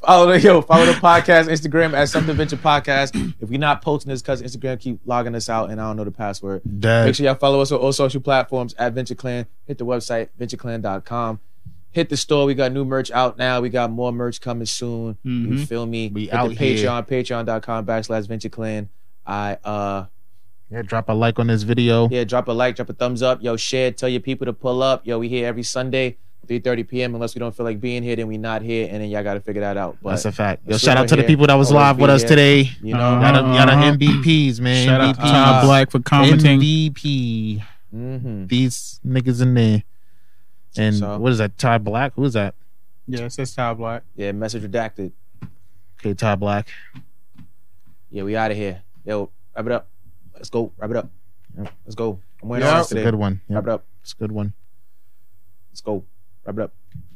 A: follow the yo, follow the podcast Instagram at Something Venture Podcast. If we're not posting this because Instagram keep logging us out and I don't know the password. Make
B: Dad.
A: sure y'all follow us on all social platforms at Venture Clan. Hit the website, ventureclan.com. Hit the store. We got new merch out now. We got more merch coming soon. You
C: Mhm.
A: feel me?
B: Mm-hmm. We
A: Hit
B: out
A: the
B: here.
A: Patreon, patreon.com backslash venture clan. I uh
B: Yeah, drop a like on this video.
A: yeah, drop a like, drop a thumbs up, yo, share, tell your people to pull up. Yo, we here every Sunday, 3:30 p.m. Unless we don't feel like being here, then we not here, and then y'all gotta figure that out. But
B: That's a fact. Yo,
A: That's
B: shout
A: it
B: out
A: right
B: to the
A: here.
B: people that was
A: Always
B: live
A: be
B: with us
A: here.
B: today.
A: you know,
C: Uh-huh.
B: Y'all the, y'all the
C: Uh-huh.
B: MVPs, man.
C: Shout
B: MVP.
C: out to Tom Black for commenting.
B: MVP.
A: mhm.
B: These niggas in there. And
A: So-
B: what is that? Ty Black? Who is that?
C: Yeah, it says Tom Black.
A: yeah, message redacted.
B: Okay, Ty Black.
A: Yeah, we out of here. Yo, wrap it up. Let's go. Wrap it up.
B: Yep.
A: Let's go. I'm wearing
B: Yeah,
A: orange
B: that's a
A: today.
B: good one.
A: Wrap
B: Yep,
A: it up.
B: it's a good one.
A: Let's go. Wrap it up.